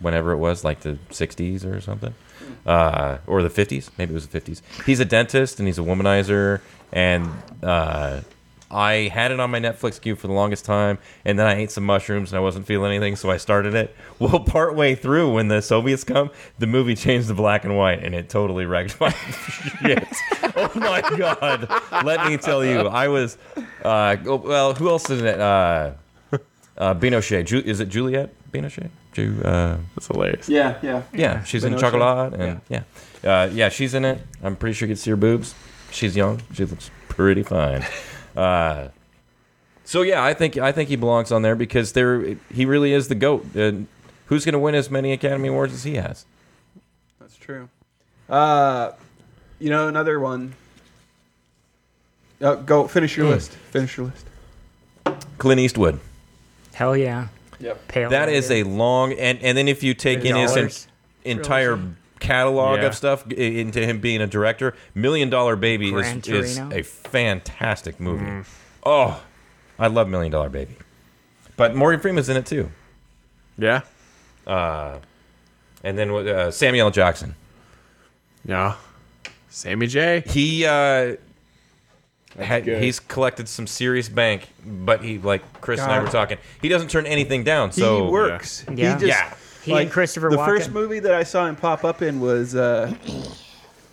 whenever it was, like the 60s or something, uh, or the 50s. Maybe it was the 50s. He's a dentist and he's a womanizer, and uh, I had it on my Netflix queue for the longest time, and then I ate some mushrooms and I wasn't feeling anything, so I started it. <laughs> Well, partway through, when the Soviets come, the movie <laughs> changed to black and white, and it totally wrecked my shit. <laughs> Oh my god! Let me tell you, I was. Uh, oh, well, who else is it? Uh, uh, Pinochet. Ju- is it Juliet Pinochet? Ju- uh,
That's hilarious.
Yeah, yeah.
yeah, she's in
Pinochet.
Chocolat, and yeah, yeah. Uh, yeah, she's in it. I'm pretty sure you can see her boobs. She's young. She looks pretty fine. <laughs> Uh, so yeah, I think I think he belongs on there because there he really is the goat. And who's going to win as many Academy Awards as he has?
That's true. Uh, you know, another one. Uh, go finish
Mm.
your list. Finish your list.
Clint Eastwood.
Hell yeah.
Yep.
Pale
That is
Rider.
a long and and then if you take in his en-
Dollars.
entire catalog
Yeah.
of stuff i- into him being a director, Million Dollar Baby
Gran
is, is
Torino.
a fantastic movie. Oh, I love Million Dollar Baby, but Morgan Freeman's in it too,
Yeah.
and then uh, Samuel L. Jackson.
Yeah. Sammy J.
He uh, had,
good.
he's collected some serious bank, but he like Chris and I
God.
were talking. He doesn't turn anything down. So
he works. He
Yeah.
just,
Yeah.
He
like,
and Christopher
The
Walken.
first movie that I saw him pop up in was uh,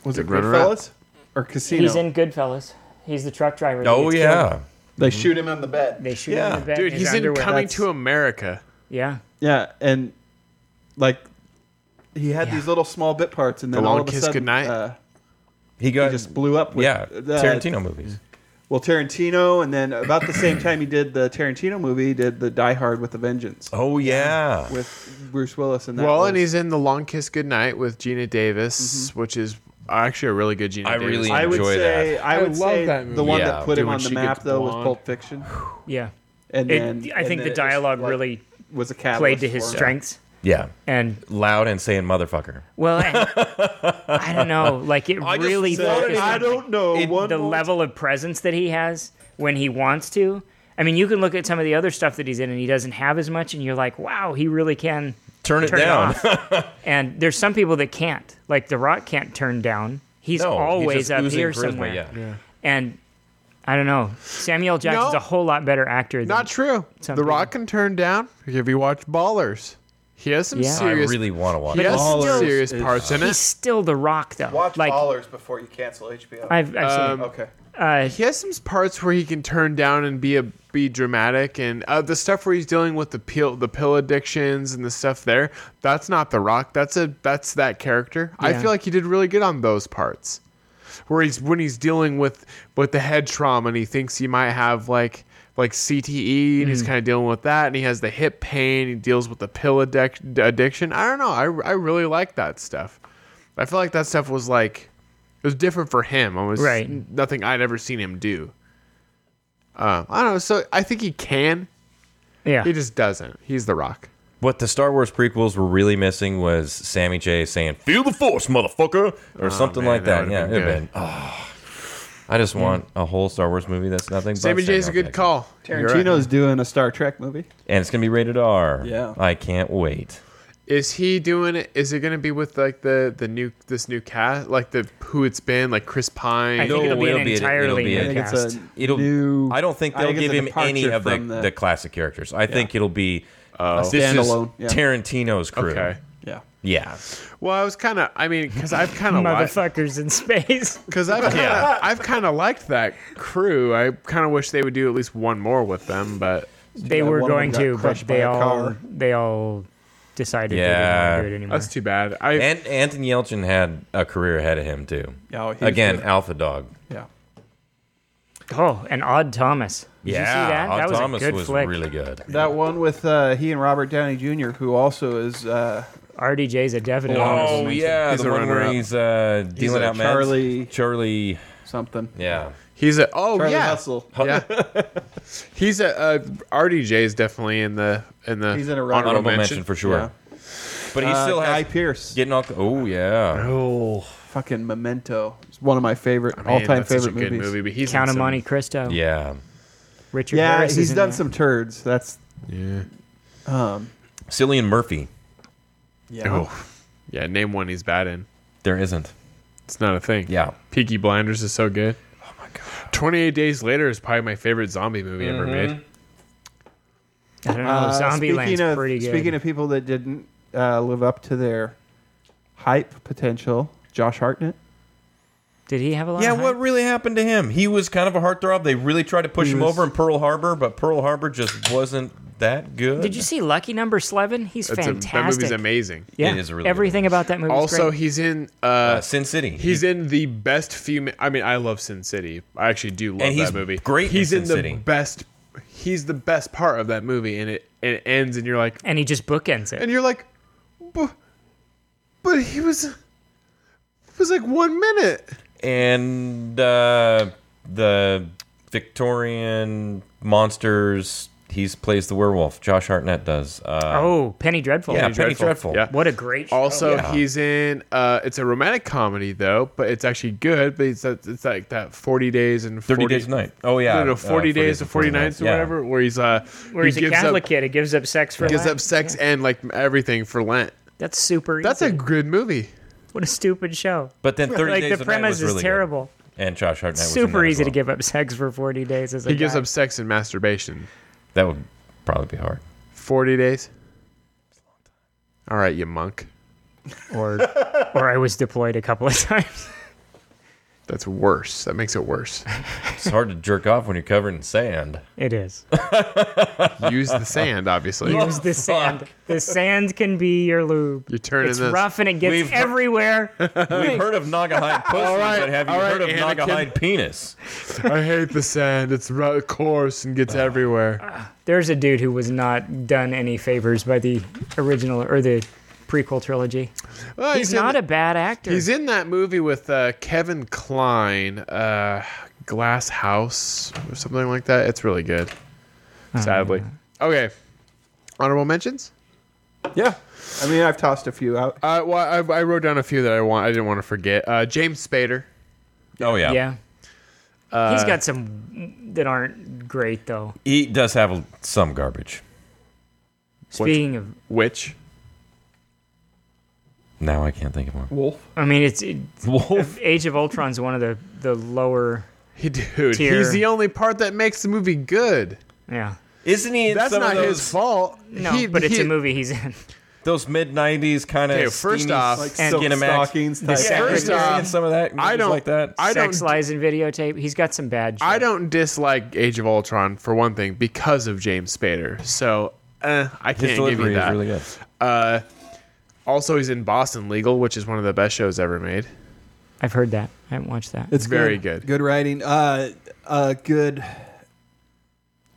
was it
runner-up?
Goodfellas or Casino?
He's in Goodfellas. He's the truck driver. that
Oh
gets killed.
yeah,
They shoot him on the bed.
They shoot
Yeah.
him in the bed.
Dude,
in
he's
his
in
underwear.
Coming
That's-
to America.
Yeah.
Yeah, and like he had
Yeah.
these little small bit parts, and
The
then
Long
all of a
Kiss
sudden,
Goodnight?
uh,
he
he
got
just blew up. With,
yeah
uh,
Tarantino movies.
Well, Tarantino, and then about the same time he did the Tarantino movie, he did the Die Hard with a Vengeance
Oh yeah.
with Bruce Willis, and that
Well,
was,
and he's in The Long Kiss Goodnight with Gina Davis,
Mm-hmm.
which is actually a really good Gina
I
Davis.
really
I would
enjoy
say
that.
I
I
would
love
say
that movie.
the one
Yeah.
that put
Dude,
him
when
on the
she
map
gets
though was
blonde.
Pulp Fiction,
Yeah.
and
It, I
then and
think
then it
the
was,
dialogue
like,
really
was a catalyst
played to his
for him.
strengths.
Yeah,
And
loud and saying motherfucker.
well, and,
<laughs>
I don't know. Like it
I just
really
said-
focused
I
on
don't know
It-
one
the
more-
level of presence that he has when he wants to. I mean, you can look at some of the other stuff that he's in, and he doesn't have as much, and you're like, wow, he really can
Turn it
turn
down.
it off. and there's some people that can't. Like The Rock can't turn down. He's
No, he's
always
just
up
oozing
here
charisma,
somewhere.
yeah.
And I don't know. Samuel Jackson's
No.
a whole lot better actor. Than,
Not true.
Some
the
people.
Rock can turn down. If you watch Ballers, he has some
Yeah.
<laughs>
I
I
serious.
really want to watch.
he
it.
has some
Ballers
serious
is-
parts in
He's
it.
still The Rock though.
Watch
like
Ballers before you cancel HBO.
I've, I've seen. it.
okay.
Uh,
He has some parts where he can turn down and be a be dramatic, and uh, the stuff where he's dealing with the pill the pill addictions and the stuff there. That's not the Rock. That's a that's that character. I
Yeah.
feel like he did really good on those parts, where he's when he's dealing with with the head trauma and he thinks he might have like like CTE and he's kind of dealing with that and he has the hip pain. He deals with the pill addic- addiction. I don't know. I I really like that stuff. I feel like that stuff was like it was different for him. It was
Right.
nothing I'd ever seen him do. Um, I don't know. So I think he can.
yeah.
He just doesn't. He's the Rock.
What the Star Wars prequels were really missing was Sammy J saying "Feel the Force, motherfucker" or something
man,
like
that
that.
would've
yeah,
been
it'd been.
good.
Oh, I just want a whole Star Wars movie that's nothing.
Sammy
but
J's a
Samuel
good
Jackson.
call. You're right.
Tarantino's doing a Star Trek movie.
and it's gonna be rated R.
Yeah.
I can't wait.
Is he doing it? Is it going to be with like the the new this new cast like the who it's been like Chris
I
Pine?
think
No,
it'll be
it'll
an
be a-
entirely
it'll be
new
a-
I think
cast.
it's a
It'll.
new.
I don't think
I
they'll
think it's
give
a
him any
departure
of the,
from
the classic characters. I think it'll be
a
This is
standalone. Yeah.
Tarantino's crew.
Okay.
yeah.
Yeah.
Well, I was kind of. I mean, because I've kind of liked.
Motherfuckers in space.
Because I've kinda, I've kind of liked that crew. I kind of wish they would do at least one more with them, but
They
Yeah,
were
one of them
going
got
to, but
crushed by
they
a
all
car.
they all decided
Yeah.
they didn't want to do it anymore.
that's too bad. I
And Anton Yelchin had a career ahead of him too.
Yeah, oh, he was
Again,
good.
Alpha Dog.
Yeah.
oh, and Odd Thomas. Did
yeah,
you see that?
Odd
that was
Thomas
a good
was
flick.
really good.
That one with uh, he and Robert Downey Jr., who also is uh,
RDJ's a definite. honorable
Oh
mention.
yeah,
He's
the
a
one where
runner-up.
he's uh, dealing
a
out meds.
Charlie-
Charlie.
something.
Yeah.
he's a oh
Charlie
yeah
Hustle. Uh,
yeah. he's a uh, RDJ is definitely in the in the
He's in a runner-up.
honorable,
Honorable mention,
mention.
for sure.
Yeah.
But he
Uh,
still
Guy
has
Pierce.
getting all. Oh yeah.
Oh,
Fucking Memento. It's one of my favorite
man,
all-time
that's such a
favorite
good
movies.
movie. But he's in
Count of
some-
Monte Cristo.
Yeah.
Richard
Yeah,
Harris is
he's
in
done
that.
some turds. That's
Yeah.
um
Cillian Murphy.
yeah.
Oh, yeah. Name one he's bad in.
There isn't.
It's not a thing.
Yeah.
Peaky Blinders is so good. Oh my god. Twenty Eight Days Later is probably my favorite zombie movie ever made.
I don't know.
Oh,
Uh,
Zombieland's
speaking of
pretty good.
speaking of people that didn't uh, live up to their hype potential, Josh Hartnett.
Did he have a lot?
Yeah,
of
what
hype?
really happened to him? He was kind of a heartthrob. They really tried to push him over in Pearl Harbor, but Pearl Harbor just wasn't that good.
Did you see Lucky Number Eleven? He's
It's a,
fantastic.
that movie's amazing.
Yeah,
It is a really good
everything
movie.
about that movie.
Also,
great.
he's in uh,
Uh, Sin City.
he's in the best female. I mean, I love Sin City. I actually do love
And he's
that movie.
great in
He's
Sin
in, the
City.
best. He's the best part of that movie, and it and it ends, and you're like,
and he just bookends it.
and you're like, but, but he was, it was like one minute.
and uh, the Victorian monsters. He's plays the werewolf. Josh Hartnett does. Uh,
oh, Penny Dreadful.
yeah,
Penny
Penny Dreadful.
Dreadful. Yeah.
What a great
Oh,
show.
Also, he's in. Uh, it's a romantic comedy though, but it's actually good. But it's that- it's like that forty days and 40,
Thirty days a night. Oh yeah,
No, no,
Uh,
forty days to
and
forty nights or
yeah.
whatever, where he's uh,
where he's a
gives
Catholic
up,
kid, he gives up sex for
gives
Lent.
up sex and like everything for Lent.
That's super.
That's a
easy.
good movie.
what a stupid show.
But then <laughs> thirty
like
days
the
a night
premise
was
is
really good.
terrible.
And Josh Hartnett was in
Super
that as
easy to
well.
give up sex for forty days as a
He gives
guy.
up sex and masturbation.
That would probably be hard.
Forty days. All right, you monk.
or or I was deployed a couple of <laughs> times.
That's worse. That makes it worse.
It's hard to jerk off when you're covered in sand. <laughs>
It is.
Use the
<laughs>
sand, obviously.
Use
Oh,
the sand. The sand can be your lube.
You're turning
it's
this.
rough and it gets
We've- <laughs>
everywhere.
We've heard of
<laughs>
Nagahide pussy,
right,
but have you
all right,
heard of
Anakin.
Nagahide penis?
<laughs> I hate the sand. It's ru- coarse and
<laughs>
gets everywhere.
There's a dude who was not done any favors by the original or the prequel trilogy.
Well,
He's
in
not
the-
a bad actor.
He's in that movie with uh, Kevin Klein, uh, Glass House or something like that. It's really good.
Oh,
Sadly. Okay. Honorable mentions.
Yeah. I mean, I've tossed a few out.
Uh, well, I, I wrote down a few that I want. I didn't want to forget. Uh, James Spader.
Oh yeah.
yeah.
Uh,
He's got some that aren't great though.
He does have a- some garbage.
Speaking of,
Which? <laughs>
Now I can't think of one.
Wolf.
I mean, it's it,
Wolf.
Age of Ultron's one of the the lower.
He, dude,
Tier.
he's the only part that makes the movie good.
Yeah.
Isn't he in
That's
some
not
of those,
his fault.
No,
He-
but it's
he-
a movie he's in.
those mid '90s kind of
Okay, first off-
Like
And-
silk
Skinemax.
stockings type.
yeah,
First
first off,
off,
some of that.
I
movies
don't
like that.
<laughs> I don't.
Sex, lies, and videotape. He's got some bad. Shit.
I don't dislike Age of Ultron for one thing because of James Spader. So eh, I
His
can't give
delivery is
you that.
really good.
Uh, Also, he's in Boston Legal, which is one of the best shows ever made.
I've heard that. I haven't watched that.
It's
Very good.
Good writing. Uh, uh, good.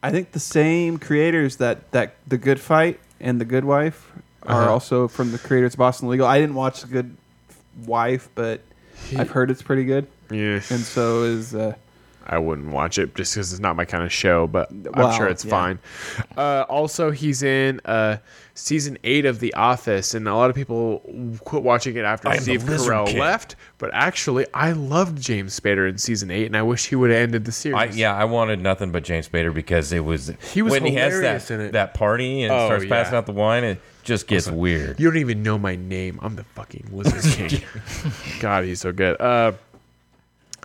I think the same creators that that the Good Fight and the Good Wife are
Uh-huh.
also from the creators of Boston Legal. I didn't watch the Good Wife, but I've heard it's pretty good,
Yeah,
and so is. Uh,
I wouldn't watch it just because it's not my kind of show, but
Well,
I'm sure it's
yeah.
fine. Uh, also, he's in uh, season eight of The Office, and a lot of people quit watching it after
I am the
Steve
Lizard
Carell
King.
left. But actually, I loved James Spader in season eight, and I wish he would have ended the series.
I, yeah, I wanted nothing but James Spader because it was
He was
when he has that
hilarious in it.
that party and
Oh,
starts passing
yeah.
out the wine. It just gets weird.
You don't even know my name. I'm the fucking
<laughs>
Lizard King. God, he's so good. Uh,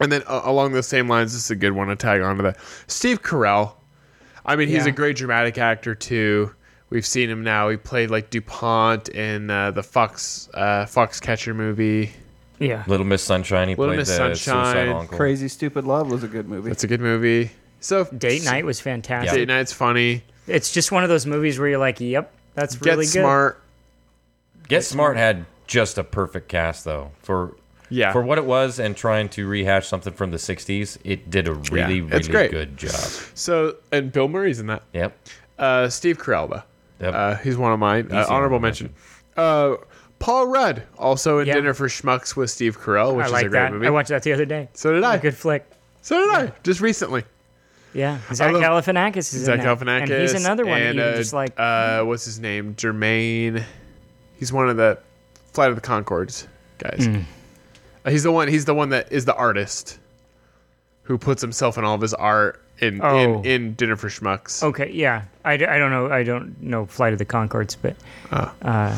and then uh, along those same lines, this is a good one to tag on to that. Steve Carell. I mean, he's
Yeah.
a great dramatic actor too. We've seen him now. He played like Dupont in uh, the Fox uh, Foxcatcher movie.
Yeah.
Little Miss Sunshine. He
Little
played
Miss
the
Sunshine,
suicide uncle.
Crazy Stupid Love was a good movie.
That's a good movie. So
Date Night was fantastic.
Date Night's funny.
It's just one of those movies where you're like, yep, that's
Get
really good.
smart.
Get Smart had just a perfect cast though for
Yeah.
for what it was and trying to rehash something from the '60s. It did a really
Yeah, it's
really
great.
good job.
So and Bill Murray's in that.
Yep.
Uh, Steve Carellba.
Yep.
Uh, he's one of mine. Uh,
the
honorable
honorable
mention. Uh, Paul Rudd also in
Yeah.
Dinner for Schmucks with Steve Carell, which
I
is
like
a great
that.
movie.
I watched that the other day.
so did I.
Good flick.
So did I. Just recently.
Yeah. Zach
love-
Galifianakis is
Zach
in that.
Galifianakis.
And he's another one
and,
that you
uh,
just like.
uh, what's his name? Jermaine. He's one of the Flight of the Concords guys.
Hmm.
Uh, he's the one. He's the one that is the artist who puts himself in all of his art in
Oh.
in, in Dinner for Schmucks.
okay. Yeah. I, d- I don't know. I don't know Flight of the Concords, but
Uh,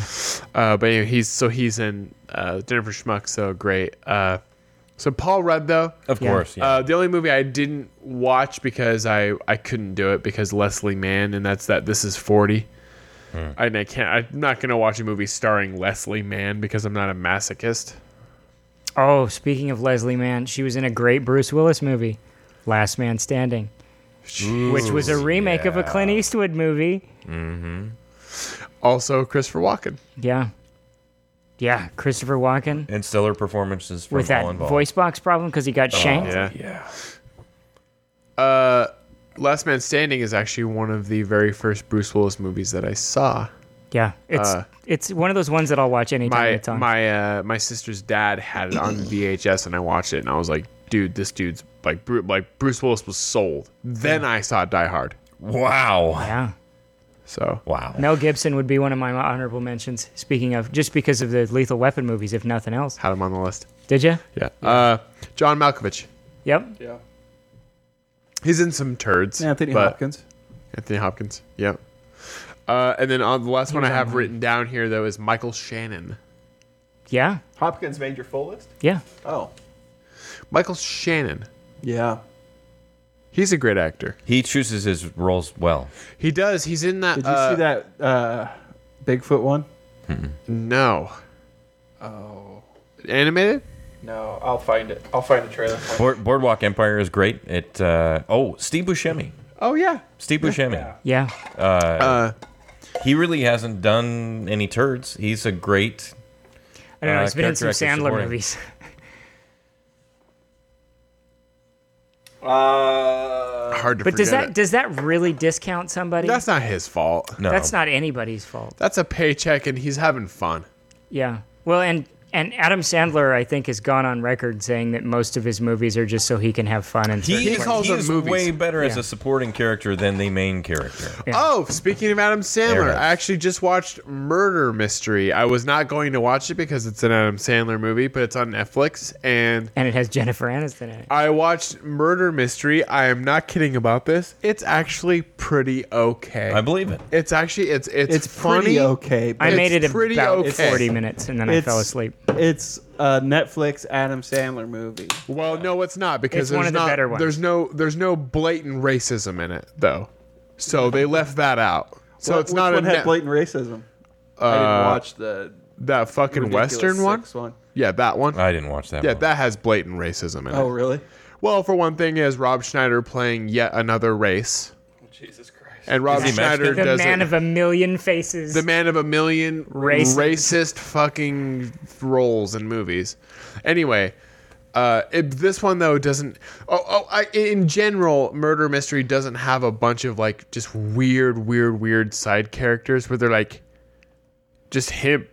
but anyway, he's so he's in uh, Dinner for Schmucks. So great. Uh, so Paul Rudd though.
Of
Yeah.
course. Yeah.
Uh, the only movie I didn't watch because I, I couldn't do it because Leslie Mann, and that's that. This is forty. And I can't. I'm not gonna watch a movie starring Leslie Mann because I'm not a masochist.
oh, speaking of Leslie Mann, she was in a great Bruce Willis movie, Last Man Standing, which was a remake of a Clint Eastwood movie.
Also, Christopher Walken.
Yeah. Yeah. Christopher Walken
and stellar performances from
with
all
that
involved.
voice box problem because he got shanked.
Yeah. Uh, Last Man Standing is actually one of the very first Bruce Willis movies that I saw.
Yeah, it's
Uh,
it's one of those ones that I'll watch anytime
My
it's on.
my uh, my sister's dad had it on VHS, and I watched it, and I was like, dude, this dude's like Bru- like Bruce Willis was sold. Then I saw Die Hard.
Wow.
yeah,
So
Wow.
Mel Gibson would be one of my honorable mentions. Speaking of, just because of the Lethal Weapon movies, if nothing else,
had him on the list.
did you?
Yeah. Uh, John Malkovich.
Yep.
yeah.
He's in some turds.
Anthony
but-
Hopkins.
Anthony Hopkins. Yeah. Uh, and then on the last one I have written down here though is Michael Shannon.
Yeah.
Hopkins made your full list?
Yeah.
Oh.
Michael Shannon.
Yeah.
He's a great actor.
He chooses his roles well.
He does. He's in that.
Did you
uh,
see that uh, Bigfoot one?
No. Oh. Animated?
No, I'll find it. I'll find the trailer. for it.
Board, Boardwalk Empire is great. It. Uh, oh, Steve Buscemi.
Oh yeah.
Steve Buscemi.
Yeah.
He really hasn't done any turds. He's a great.
I don't know.
uh,
He's been in
character
some
actor
Sandler
supporting.
movies. <laughs>
Uh,
Hard to.
But does
forget
that
it.
does that really discount somebody?
That's not his fault.
No.
That's not anybody's fault.
That's a paycheck, and he's having fun.
Yeah. Well, and and Adam Sandler, I think, has gone on record saying that most of his movies are just so he can have fun and.
He,
He
is,
calls
he
them
is
movies.
way better as a supporting character than the main character.
Oh, speaking of Adam
There
Sandler,
it is.
I actually just watched Murder Mystery. I was not going to watch it because it's an Adam Sandler movie, but it's on Netflix. And
and it has Jennifer Aniston in it.
I watched Murder Mystery. I am not kidding about this. It's actually pretty okay.
I believe it.
it's actually it's it's,
It's
funny.
pretty okay.
I
But
It's
made it
pretty
about
okay.
40 minutes and then I
It's-
fell asleep.
it's a Netflix Adam Sandler movie.
Well, no, it's not because
It's
there's
one of the
not-
better ones.
There's no there's no blatant racism in it though, so they left that out. So
What-
it's
which
not a
one had
net,
blatant racism. I didn't watch the
that fucking
ridiculous
Western one.
sex one.
Yeah, that one.
I didn't watch that.
yeah,
one.
that has blatant racism in it.
Oh, really?
Well, for one thing, is Rob Schneider playing yet another race,
Jesus Christ.
and Rob
Is he
Schneider
Mexican?
The
does
man
it.
of a million faces.
the man of a million
Racist.
racist fucking roles in movies. Anyway, uh, it, this one though doesn't. Oh, oh I, in general, murder mystery doesn't have a bunch of like just weird, weird, weird side characters where they're like just him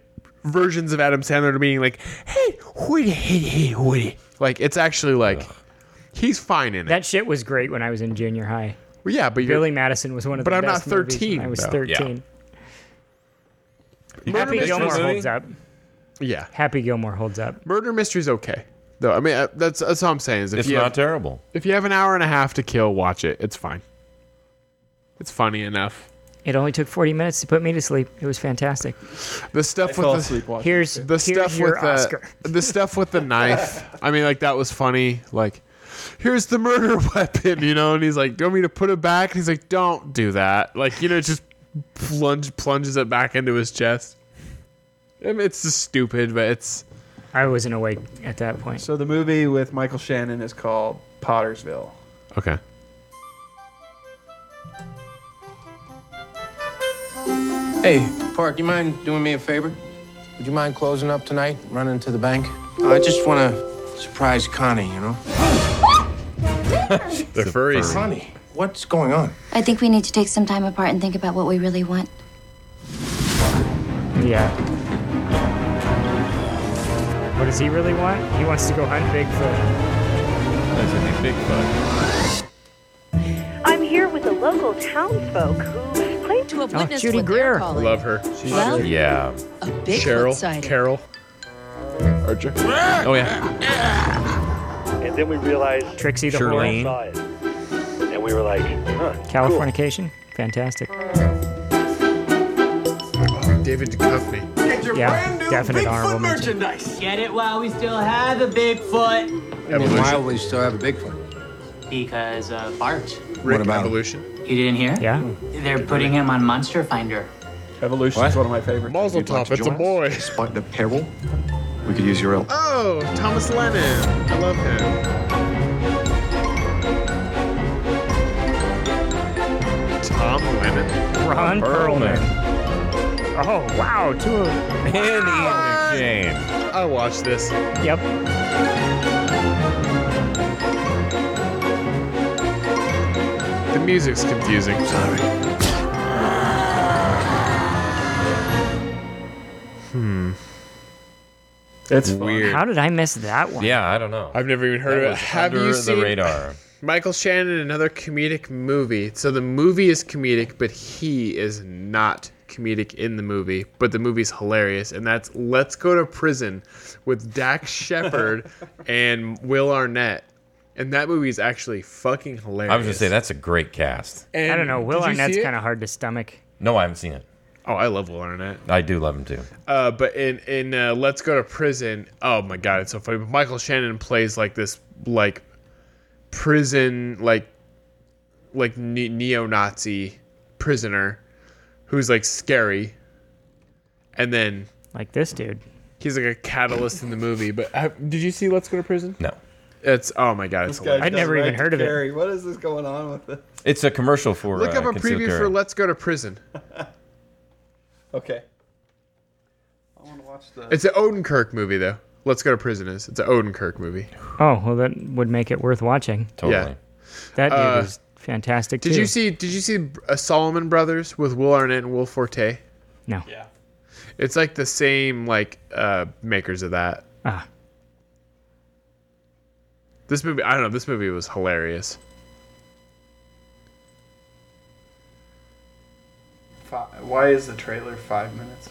versions of Adam Sandler being like, hey, Woody, hey, hey, Woody. Like it's actually like he's fine in it.
that shit was great when I was in junior high.
Well, yeah, but you're
Billy Madison was one of
But
the
I'm
best
not
movies
13,
when I was
though.
13.
Murder
Happy
Mystery-
Gilmore
movie?
holds up.
yeah.
Happy Gilmore holds up.
Murder mystery's okay. Though I mean uh, that's that's all I'm saying is if
It's
you
not
have-
terrible.
If you have an hour and a half to kill, watch it. It's fine. It's funny enough.
It only took 40 minutes to put me to sleep. It was fantastic.
The stuff
Fell
with the,
asleep watching.
Here's
the
here's
stuff
your
with uh, the,
Oscar.
the stuff with the knife.
<laughs>
I mean, like that was funny. Like, here's the <laughs> murder weapon, you know. And he's like, "Do you want me to put it back?" And he's like, "Don't do that." Like, you know, just plunge plunges it back into his chest. I mean, it's just stupid, but it's
I wasn't awake at that point.
So the movie with Michael Shannon is called Pottersville.
okay.
Hey, Park, you mind doing me a favor? Would you mind closing up tonight, running to the bank? I just want to surprise Connie, you know?
They're furries.
Connie, what's going on?
I think we need to take some time apart and think about what we really want.
Yeah. What does he really want? He wants to go hunt Bigfoot.
That's a big Bigfoot.
I'm here with the local townsfolk who claim to have
Oh, Judy Greer.
I love her. She's
Well,
Yeah.
a big
Cheryl. Carol. Archer. Oh yeah.
And then we realized
Trixie the
Charlene.
Whore.
saw it. And we were like, huh.
Californication. Fantastic.
David Duchovny.
Yeah. Definite honorable mention.
merchandise.
Get it while we still have a Bigfoot.
Evolution.
we still have a Bigfoot? Because uh, Bart.
Rick
about him?
Evolution.
You didn't hear?
Yeah.
They're putting him on Monster Finder.
Evolution is one of my favorites.
Muzzle top. It's a boy.
Spot the peril. We could use your help.
Oh, Thomas Lennon. I love him. Tom Lennon.
Ron
Perlman.
Perlman. Oh wow. Two of.
And Ian McShane.
I watched this.
Yep.
The music's confusing. Sorry.
It's fun.
Weird.
How did I miss that one?
Yeah, I don't know.
I've never even heard
That
of it.
was
Have
under
you
the
seen
radar?
Michael Shannon another comedic movie? So the movie is comedic, but he is not comedic in the movie. But the movie's hilarious, and that's Let's Go to Prison with
<laughs>
Dax Shepard and Will Arnett. And that movie is actually fucking hilarious.
I was gonna say that's a great cast.
I don't know. Will Arnett's kind of hard to stomach.
No, I haven't seen it.
Oh, I love Will Arnett.
I do love him too.
Uh, but in in uh, Let's Go to Prison, oh my god, it's so funny. But Michael Shannon plays like this like prison like like ne- neo-Nazi prisoner who's like scary, and then
Like this dude.
he's like a catalyst in the movie. But uh, did you see Let's Go to Prison?
No,
It's oh my god, it's hilarious.
I'd never even heard of it.
Carrie, What is this going on with this?
it's a commercial for.
Look
uh,
up a
concealed
preview
carry.
for Let's Go to Prison.
Okay.
I want to watch the.
It's an Odenkirk movie though. Let's Go to Prison is it's an Odenkirk movie.
Oh well, that would make it worth watching.
totally.
yeah.
That dude
Uh,
was fantastic
Did
too.
you see? Did you see uh, Solomon Brothers with Will Arnett and Will Forte?
No.
Yeah.
It's like the same like uh makers of that.
Ah.
This movie, I don't know. This movie was hilarious.
Fi- why is the trailer five minutes?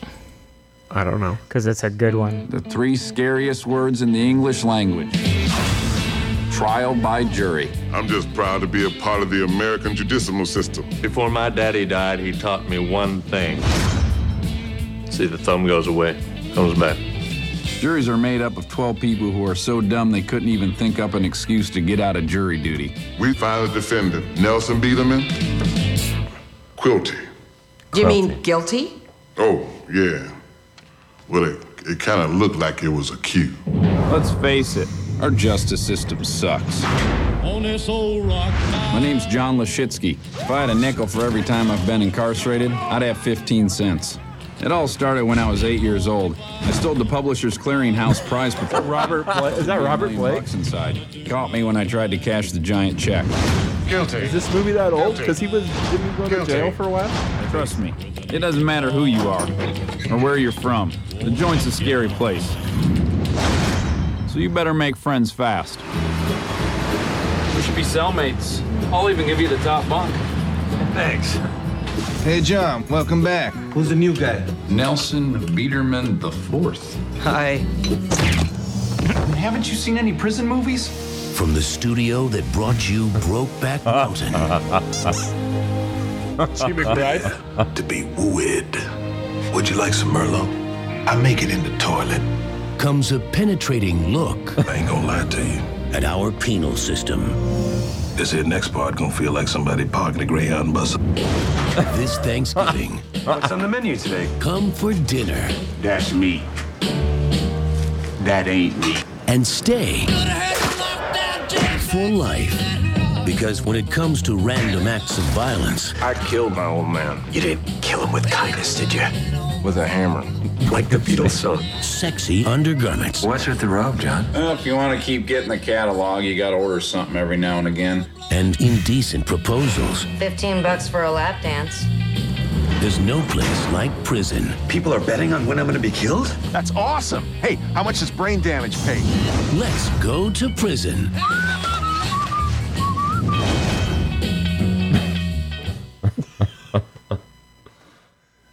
I don't know.
Because it's a good one.
The three scariest words in the English language trial by jury.
I'm just proud to be a part of the American judicial system. Before my daddy died, he taught me one thing. See, the thumb goes away, comes back.
Juries are made up of 12 people who are so dumb they couldn't even think up an excuse to get out of jury duty.
We found a defendant, Nelson Biederman, Quilty.
You mean guilty?
Oh, yeah. Well, it, it kind of looked like it was a cue.
Let's face it, our justice system sucks.
On this old rock.
My name's John Lashitsky. If I had a nickel for every time I've been incarcerated, I'd have 15 cents. It all started when I was eight years old. I stole the Publishers Clearinghouse
<laughs>
prize before
Robert Blake. Is that Robert Blake?
inside. Caught me when I tried to cash the giant check.
Is this movie that old? Because he was didn't he go to jail for a while?
Trust me, it doesn't matter who you are or where you're from. The joint's a scary place. So you better make friends fast.
We should be cellmates. I'll even give you the top bunk.
Thanks.
Hey, John, welcome back.
Who's the new guy?
Nelson Biederman the Fourth.
Hi.
Haven't you seen any prison movies?
From the studio that brought you Brokeback
<laughs>
Mountain
Gee McBride.
To be wooed. Would you like some Merlot? I make it in the toilet.
comes a penetrating look
<laughs>
I ain't gonna lie to you.
at our penal system.
This here next part gonna feel like somebody parking a Greyhound bus.
this
<laughs>
Thanksgiving. What's on the menu today? Come for dinner.
That's me.
That ain't me. And stay for life. Because when it comes to random acts of violence,
I killed my old man. You didn't kill him with kindness, did you? With a hammer. Like the Beatles song.
sexy undergarments. What's with the robe, John?
Well, if you want to keep getting the catalog, you got to order something every now and again.
And indecent proposals.
15 bucks for a lap dance.
There's no place like prison. People are betting on when I'm going to be killed?
That's awesome. Hey, how much does brain damage pay?
Let's go to prison.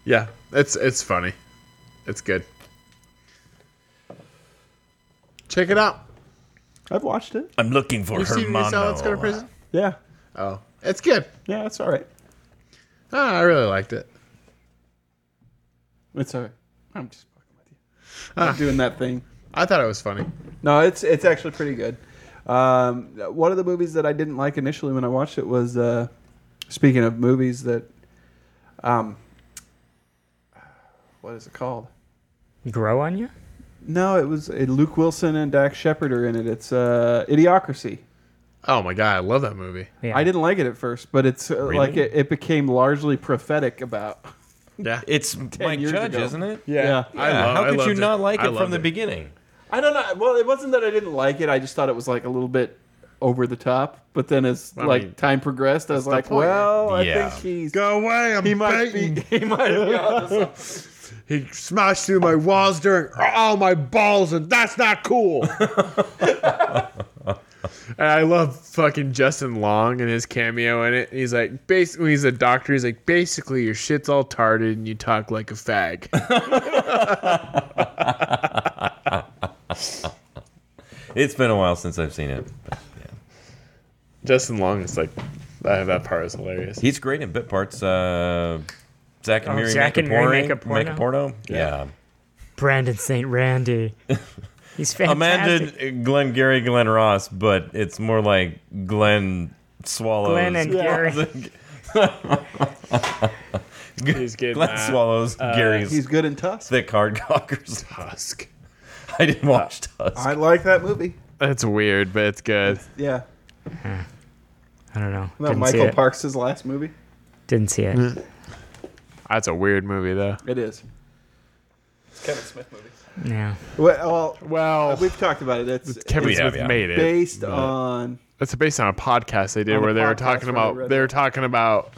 Yeah, it's it's funny. It's good. Check it out.
I've watched it.
I'm looking for
You've seen Hermano. Rizzo, Let's Go to Prison?
Yeah.
Oh, it's good.
Yeah, it's all right.
Ah, I really liked it.
It's all right. I'm just fucking with you.
Ah.
I'm doing that thing.
I thought it was funny.
No, it's it's actually pretty good. Um, one of the movies that I didn't like initially when I watched it was uh, speaking of movies that um, what is it called?
Grow on you?
No, it was uh, Luke Wilson and Dax Shepard are in it. It's uh, Idiocracy.
Oh my god, I love that movie.
I didn't like it at first, but it's uh, like it, it became largely
<laughs>
prophetic about.
Yeah,
it's Mike
years
Judge,
ago.
isn't it?
Yeah.
yeah.
I love-
How
I
could you
loved it.
not like
I
it from
loved
the
it.
beginning?
I don't know. Well, it wasn't that I didn't like it. I just thought it was like a little bit over the top. But then as
I
like
mean,
time progressed, I was like,
point.
well, I
Yeah.
think he's
Go away, I'm
he might
baiting.
be he might be onto something.
He smashed through my walls during all my balls, and that's not cool. And I love fucking Justin Long and his cameo in it. He's like, basically, he's a doctor. He's like, basically, your shit's all tarted and you talk like a fag.
It's been a while since I've seen it. but
Justin Long is like, I have that part is hilarious.
He's great in bit parts. Uh, Zach and
Oh,
Mary
Zack
make,
and
a
Mary
porno,
Make a Porno?
Yeah.
Brandon St.
<laughs>
Randy. He's fantastic.
Amanda Glenn Gary Glenn Ross, but it's more like Glenn Swallows. <laughs>
Glenn and Gary.
He's good.
Glenn
at,
Swallows
uh,
Gary's
He's good in Tusk.
thick hard cockers.
Tusk.
<laughs>
Uh,
I didn't watch Tusk.
I like that movie.
It's weird, but it's good.
Yeah.
I don't know.
No,
Didn't see
Michael
it.
Parks' last movie.
Didn't see it.
That's a weird movie, though.
It is. It's Kevin Smith movie.
Yeah.
Well,
well,
we've talked about it. It's
Kevin
it's
Smith made it
based
but-
on
That's based on a podcast they did
On a
where they were
podcast
talking
where I
about
read
they were talking about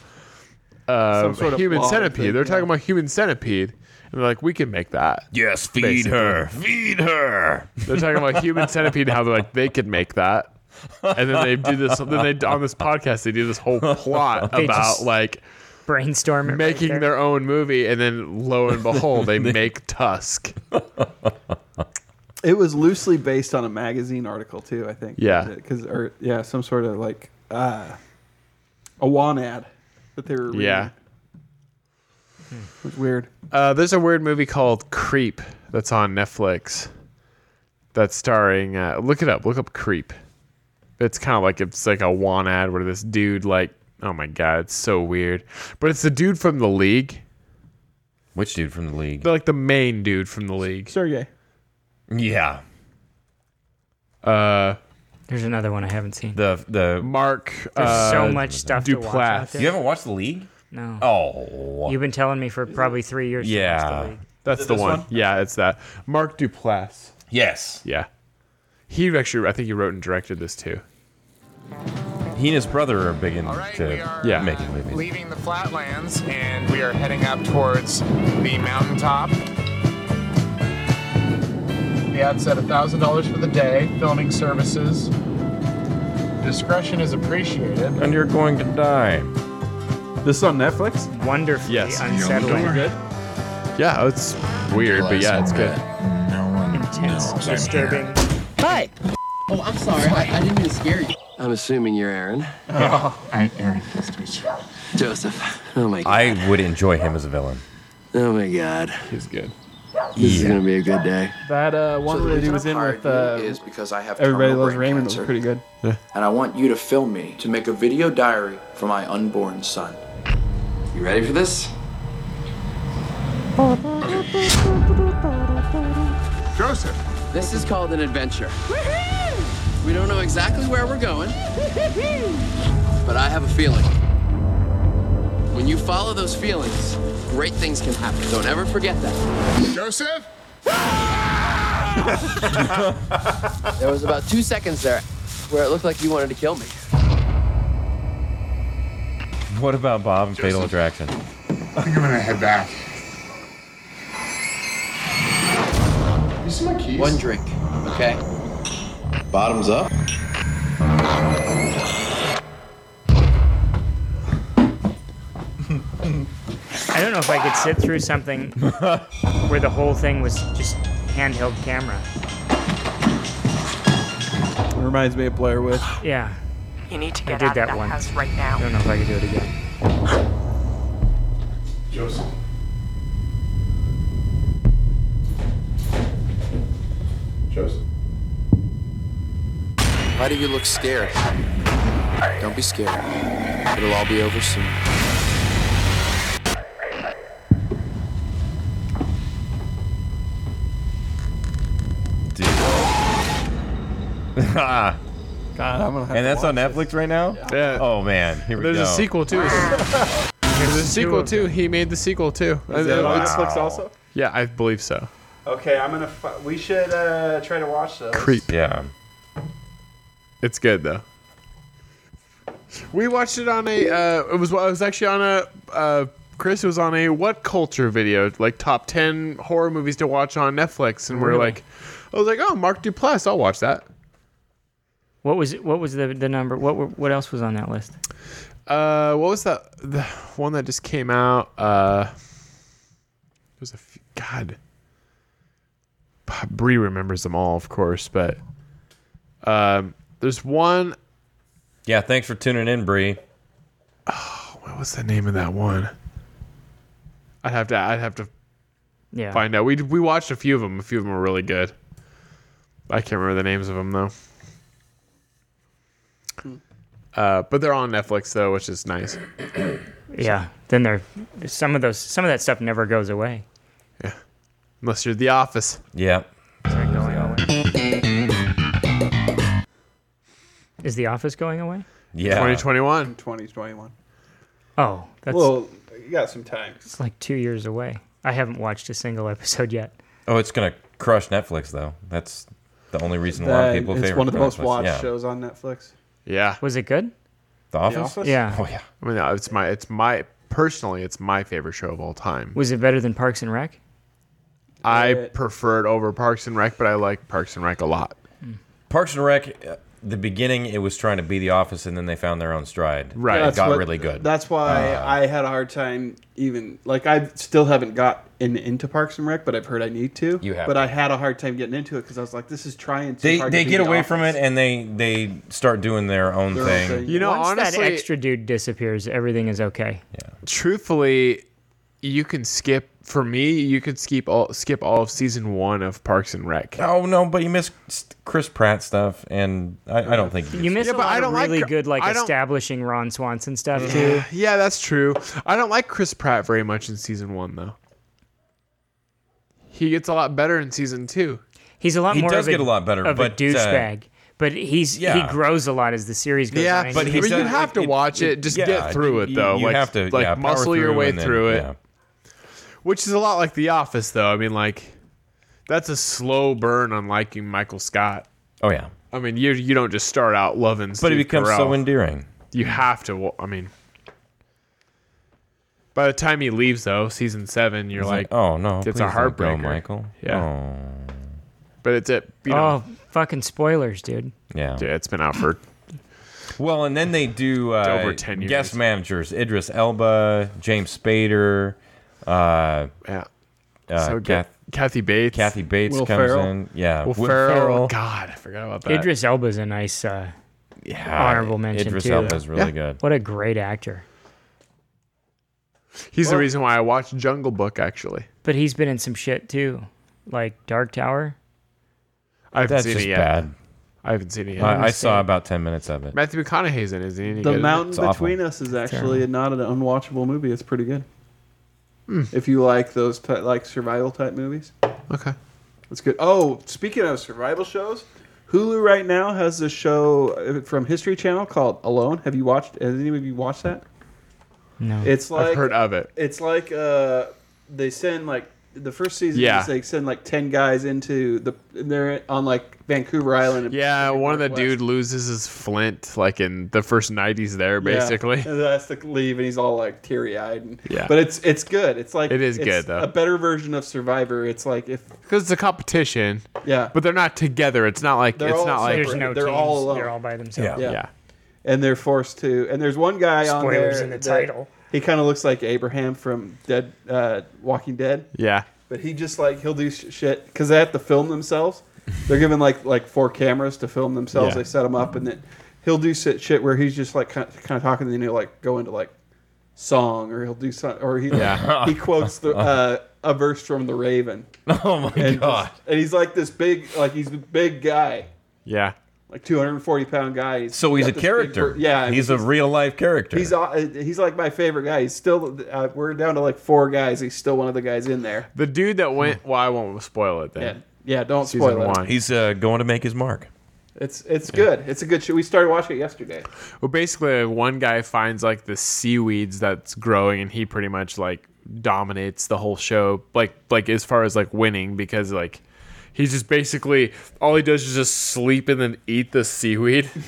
uh,
Some sort of
human
law
centipede.
thing,
They're talking
yeah.
about human centipede, and they're like, we can make that.
Yes, feed
Basically.
her. Feed her.
They're talking about human centipede and how they're like they could make that. And then they do this. Then they on this podcast they do this whole plot
They
about
just
like
Brainstorm. it right
making
there.
their own movie, and then lo and
<laughs>
behold, they make Tusk.
It was loosely based on a magazine article too, I think.
Yeah.
because or yeah, some sort of like uh, a WAN ad that they were reading.
Yeah.
It was weird.
Uh, there's a weird movie called Creep that's on Netflix. That's starring. Uh, look it up. Look up Creep. It's kind of like it's like a one ad where this dude like oh my god it's so weird, but it's the dude from the league,
Which dude from the league?
They're like the main dude from the league.
Sergey.
Yeah.
Uh,
There's another one I haven't seen.
The the
Mark.
There's
uh,
so much stuff to watch out
Duplass.
there.
You haven't watched the league?
No.
Oh.
You've been telling me for probably three years. to watch the
Yeah.
league.
That's the
this
one.
one?
Yeah, it's that Mark Duplass.
Yes.
Yeah, he actually I think he wrote and directed this too.
He and his brother are big into
Yeah.
making movies.
leaving the flatlands and we are heading up towards the mountaintop. The ad said $1,000 for the day, filming services. Discretion is appreciated.
And you're going to die.
This is on Netflix.
Wonderfully
Yes.
unsettling.
Good.
Yeah, it's weird, but yeah, it's good.
Intense. Disturbing.
Hi!
Oh, I'm sorry. I, I didn't mean to scare you.
I'm assuming you're Aaron.
Oh, I'm Aaron. Nice to meet you.
Joseph. Oh my god.
I would enjoy him as a villain.
Oh my god.
He's good.
This is gonna be a good day.
That uh, one
So the
that he
reason
was
I've
in with uh,
hired you is because I have
Everybody
terminal
Loves
brain
Raymond was
cancer.
pretty good.
and I want you to film me to make a video diary for my unborn son. You ready for this?
Joseph.
This is called an adventure. We don't know exactly where we're going, but I have a feeling. When you follow those feelings, great things can happen. Don't ever forget that.
Joseph?
there was about two seconds there where it looked like you wanted to kill me.
What about Bob and Fatal Attraction?
I think I'm gonna head back. You see my keys?
One drink, okay?
Bottoms up.
I don't know if I could sit through something <laughs> where the whole thing was just handheld camera.
It reminds me of Blair Witch.
Yeah.
You need to
I
get
did
out
that
of that
once.
house right
I don't
now.
know if I could do it again.
Joseph.
Joseph. Why do you look scared? Don't be scared. It'll all be over soon.
Dude. <laughs> God,
I'm gonna have
and
to
that's on Netflix right now. Yeah. Oh man, here we
There's
go.
a sequel too. There's a sequel too. He made the sequel too.
Is that on Netflix also?
Yeah, I believe so.
Okay, I'm gonna. Fi- we should uh, try to watch those.
Creep.
Yeah.
It's good though. We watched it on a. Uh, it was. I was actually on a. Uh, Chris was on a what culture video, like top ten horror movies to watch on Netflix, and we're
Really?
like, I was like, oh, Mark Duplass, I'll watch that.
What was what was the the number? What were, what else was on that list?
Uh, what was that? The one that just came out. Uh, it was a few, God. Bree remembers them all, of course, but um, there's one.
Yeah, thanks for tuning in, Bree.
What was the name of that one? I'd have to. I'd have to.
Yeah.
Find out. We we watched a few of them. A few of them were really good. I can't remember the names of them though. Uh, but they're on Netflix though, which is nice.
Yeah. Then there, some of those some of that stuff never goes away.
Unless you're The Office.
Yeah.
Is the office going away?
Yeah.
2021.
2021.
Oh, that's
well, you got some time.
it's like two years away. I haven't watched a single <laughs> episode yet.
Oh, it's gonna crush Netflix though. That's the only reason a lot
That-
of people.
it's
favorite
one of the most
Netflix.
watched
Yeah.
shows on Netflix.
Yeah.
Was it good?
The Office?
Office?
Yeah.
Oh yeah.
I mean, it's my it's my personally it's my favorite show of all time.
Was it better than Parks and Rec?
I prefer it over Parks and Rec, but I like Parks and Rec a lot.
Parks and Rec. uh, The beginning, it was trying to be The Office, and then they found their own stride.
Right.
It
That's
got
what-
really good. Uh,
That's why I had a hard time even like I still haven't got in, into Parks and Rec, but I've heard I need to. You
have
but
to.
I had a hard time getting into it because I was like, this is trying too
they
hard.
they
to
get away from it and they they start doing their own
Their own
thing.
thing.
You know,
Once
honestly,
that extra dude disappears, everything is okay.
truthfully, you can skip for me. You could skip all skip all of season one of Parks and Rec.
Oh no, but you miss Chris Pratt stuff, and I, I don't think
You miss
Yeah,
a
but
lot
I
of
don't like
really
Gr-
good like
I don't-
establishing Ron Swanson stuff too.
Yeah, yeah, that's true. I don't like Chris Pratt very much in season one though. He gets a lot better in season two.
He's a lot
He
more
does
of a,
get a lot better,
of
but, uh,
a douchebag. but he's
yeah.
he grows a lot as the series goes on.
Yeah,
and
but
he's-
you have to watch it. Just get through it though. like, like muscle your way through it. Which is a lot like The Office, though. I mean, like, that's a slow burn on liking Michael Scott.
Oh yeah,
I mean, you you don't just start out loving,
but it becomes so endearing.
You have to. wa- I mean, by the time he leaves, though, season seven, you're
It's
like,
like, oh, no, please
it's a
don't go,
heartbreaker,
Michael. Oh,
Yeah, but it's it. You
oh,
know,
fucking spoilers, dude.
Yeah.
yeah, it's been out for
Well, and then they do uh,
over 10 years.
guest managers: Idris Elba, James Spader. Uh,
yeah.
Uh,
So good.
Kath-
Kathy Bates.
Kathy Bates
Will
comes
Ferrell.
in. Yeah.
Will Ferrell. God, I forgot about that.
Idris Elba's a nice uh, honorable mention
Idris
too.
Elba's really Yeah. good.
What a great actor.
He's the reason why I watched Jungle Book, actually.
But he's been in some shit too. like Dark Tower.
I haven't
That's
seen
just
it yet.
bad. Uh,
I haven't seen it yet.
I, I saw about 10 minutes of it.
Matthew McConaughey's in it. Isn't he? Any
The
good in it?
Mountain Between Us is actually not an unwatchable movie. It's pretty good. If you like those ty- like survival type movies.
Okay.
That's good. Oh, speaking of survival shows, Hulu right now has a show uh, from History Channel called Alone. Have you watched? Has any of you watched that?
No.
It's
I've
like
heard of it.
It's like uh, they send like the first season.
Yeah.
is They send like ten guys into the. They're on like Vancouver Island.
Yeah, one of the dude loses his flint like in the first nineties there,
Yeah. <laughs>
basically.
And that's the leave, and he's all like teary eyed. And
Yeah.
but it's it's good. It's like
It is
it's
good, though.
A better version of Survivor. It's like if
Because it's a competition.
Yeah.
But they're not together. It's not like
They're
it's
all
not like
separate. There's no They're all teams. alone.
They're all by themselves.
Yeah.
and they're forced to. And there's one guy on there.
Spoilers in the
that-
title.
He kind of looks like Abraham from Dead uh, Walking Dead.
Yeah.
But he just like he'll do sh- shit because they have to film themselves. They're given like like four cameras to film themselves.
Yeah.
They set them up, and then he'll do shit, shit where he's just like kind of, kind of talking, and then he'll like go into like song, or he'll do something, or he
Yeah.
he quotes the uh, a verse from the Raven.
<laughs> Oh my
and
God.
just- and he's like this big, like he's a big guy,
Yeah.
like 240 pound guy.
So he's
got
a
this big
character.
per- yeah,
He's a real life character.
He's aw- he's like my favorite guy. He's still uh, we're down to like four guys. He's still one of the guys in there.
The dude that went well, I won't spoil it then.
Yeah, don't
Season
spoil it.
one.
He's uh, going to make his mark.
It's it's good. It's a good show. We started watching it yesterday.
Well basically like, one guy finds like the seaweeds that's growing and he pretty much like dominates the whole show like like as far as like winning because like he's just basically all he does is just sleep and then eat the seaweed. <laughs>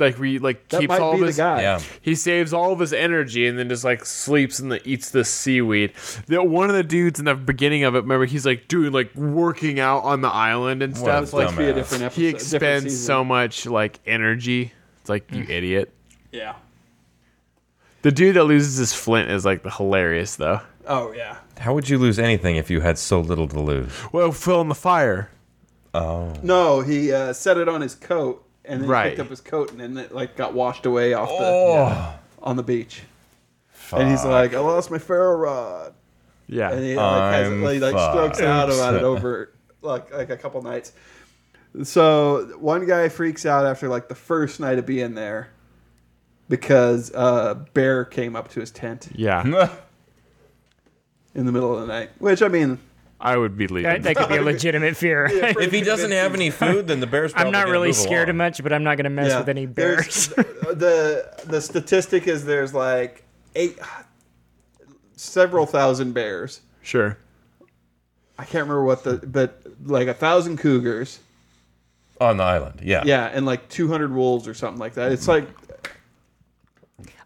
Like we like
That
keeps
might
all
be
of
the
his
guy. Yeah.
He saves all of his energy and then just like sleeps and then eats the seaweed. The, one of the dudes in the beginning of it, remember, he's like doing like working out on the island and
What a
stuff. Like
dumbass. Must be a different episode-
he
different
expends
season.
so much like energy. It's like you idiot.
Yeah.
The dude that loses his flint is like the hilarious though.
Oh yeah.
How would you lose anything if you had so little to lose?
Well, fill in the fire.
Oh.
No, he uh, set it on his coat and then he
Right.
picked up his coat and then it like got washed away off the
Oh.
on the beach. And he's like, I lost my ferro rod.
Yeah. Uh,
And he like, has it,
I'm
like, like strokes
fucked.
out
<laughs>
about it
Oops.
over like like a couple nights. So one guy freaks out after like the first night of being there because uh, bear came up to his tent.
Yeah.
in the middle of the night. Which
<laughs>
I mean,
<laughs> I would be leaving.
That, that could be
<laughs>
a legitimate fear.
If he doesn't have any food, then the bear's probably
I'm not
gonna
really
move along.
scared of much, but I'm not going to mess
Yeah.
with any
There's-
bears. <laughs>
<laughs> the the statistic is there's like eight, several thousand bears.
<laughs> Sure.
I can't remember what the but like a thousand cougars.
on the island. Yeah.
Yeah, and like 200 wolves or something like that. It's like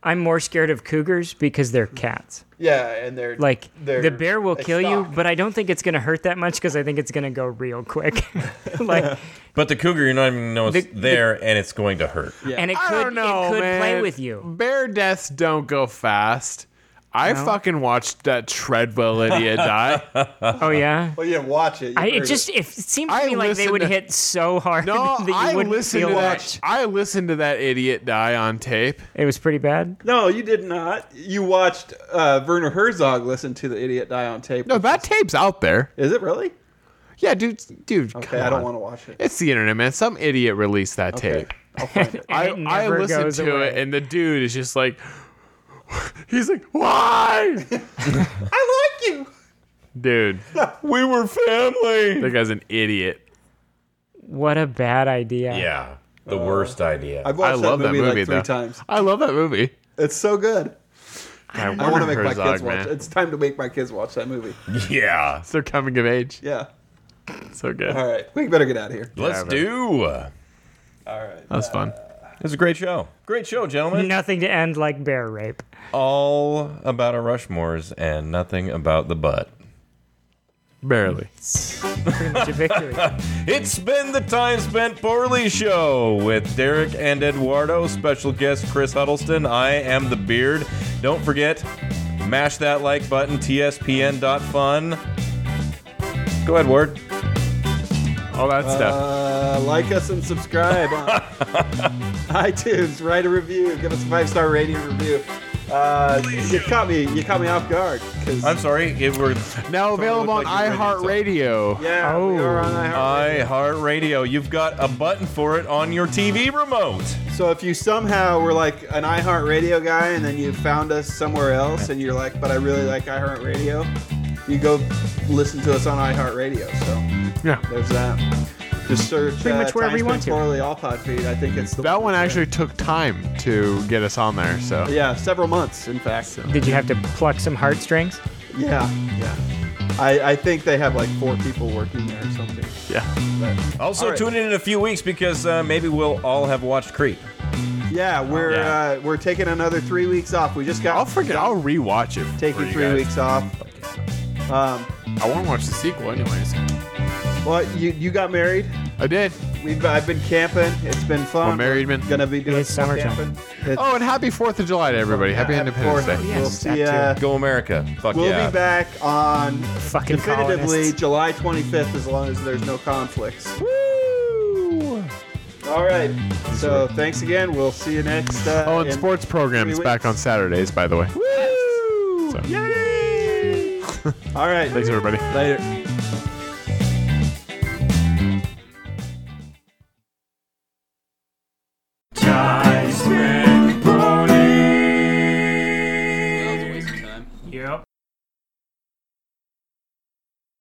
I'm more scared of cougars because they're cats.
yeah, and they're
Like
they're
the bear will
a
kill you,
stock.
but I don't think it's going to hurt that much because I think it's going to go real quick. <laughs> like,
But the cougar, you're not even gonna know it's
The- the-
there, and it's going to hurt.
and it
I
could,
don't know,
it could play
man.
with you.
Bear deaths don't go fast. I
No?
fucking watched that Treadwell <laughs> idiot die.
Oh yeah.
Well, you didn't watch it. You
I,
heard
it just it seems to
I
me like they
listened
would
to-
hit so hard <laughs>
No,
that you
I
wouldn't
listened
feel
to that.
much.
I listened to that idiot die on tape.
It was pretty bad.
No, you did not. You watched uh, Werner Herzog listen to the idiot die on tape.
No, that tape's out there.
Is it really?
Yeah, dude, dude.
Okay, I don't want to watch it.
It's the internet, man. Some idiot released that tape. <laughs> I,
And it
I
never
listened
goes
to it,
away.
and the dude is just like, <laughs> he's like,
<laughs>
why,
I like you. <laughs>
dude?
we were family.
That guy's an idiot.
What a bad idea.
Yeah. The
Oh.
worst idea.
I've watched
I love
that movie,
that
like
movie,
three
though.
times.
I love that movie.
It's so good.
I,
I want to
Werner
make my
Herzog,
kids watch.
man.
it. It's time to make my kids watch that movie.
Yeah.
It's their coming of age.
Yeah.
So good.
All right, we better get out of here.
Let's
Yeah,
do.
All right.
That was fun.
It was a great show. Great show, gentlemen.
Nothing to end like bear rape.
All about our Rushmores and nothing about the butt.
Barely.
Pretty much a victory.
It's been the Time Spent Poorly show with Derek and Eduardo, special guest Chris Huddleston. I am the beard. Don't forget, mash that like button, tspn.fun. Go ahead, Ward.
All that stuff.
Uh, like us and
<laughs>
subscribe on iTunes. Write a review. Give us a five star rating and review. Uh, Uh, you caught me. You caught me off guard. i
I'm sorry. It were
now available on iHeartRadio. Oh.
Yeah, we are on iHeartRadio.
iHeartRadio. You've got a button for it on your TV remote.
So if you somehow were like an iHeartRadio guy and then you found us somewhere else and you're like, but I really like iHeartRadio, you go listen to us on iHeartRadio. So
yeah,
there's that. Just search
Pretty much
uh,
wherever
Time
you want
Spent Poorly all pod feed. I think it's the
That one actually took time to get us on there. So
Yeah, several months in fact.
Did you have to pluck some heartstrings?
Yeah, yeah. I, I think they have like four people working there or something.
Yeah.
But,
Also,
all right.
tune in in a few weeks because uh, maybe we'll all have watched Creep.
Yeah, we're Uh, we're taking another three weeks off. We just got. I'll
forget. Oh, I'll rewatch it.
Taking
you
three
guys.
weeks off. Um,
I want to watch the sequel, anyways.
well, you you got married.
I did.
We've I've been camping. It's been fun.
We're married men.
Gonna be doing some
summertime.
camping. It's-
Oh, and happy Fourth of July to everybody! Happy Independence
Fourth.
Day.
Yes, We'll see, that too. uh,
Go America! Fuck
we'll
yeah!
be back on
Fucking
definitively
colonists.
July 25th as long as there's no conflicts. Woo! All right. So thanks again. We'll see you next. Uh,
Oh, and
in
sports programs
three
back on Saturdays, by the way.
Woo! Yay! All right.
Thanks, everybody.
Later.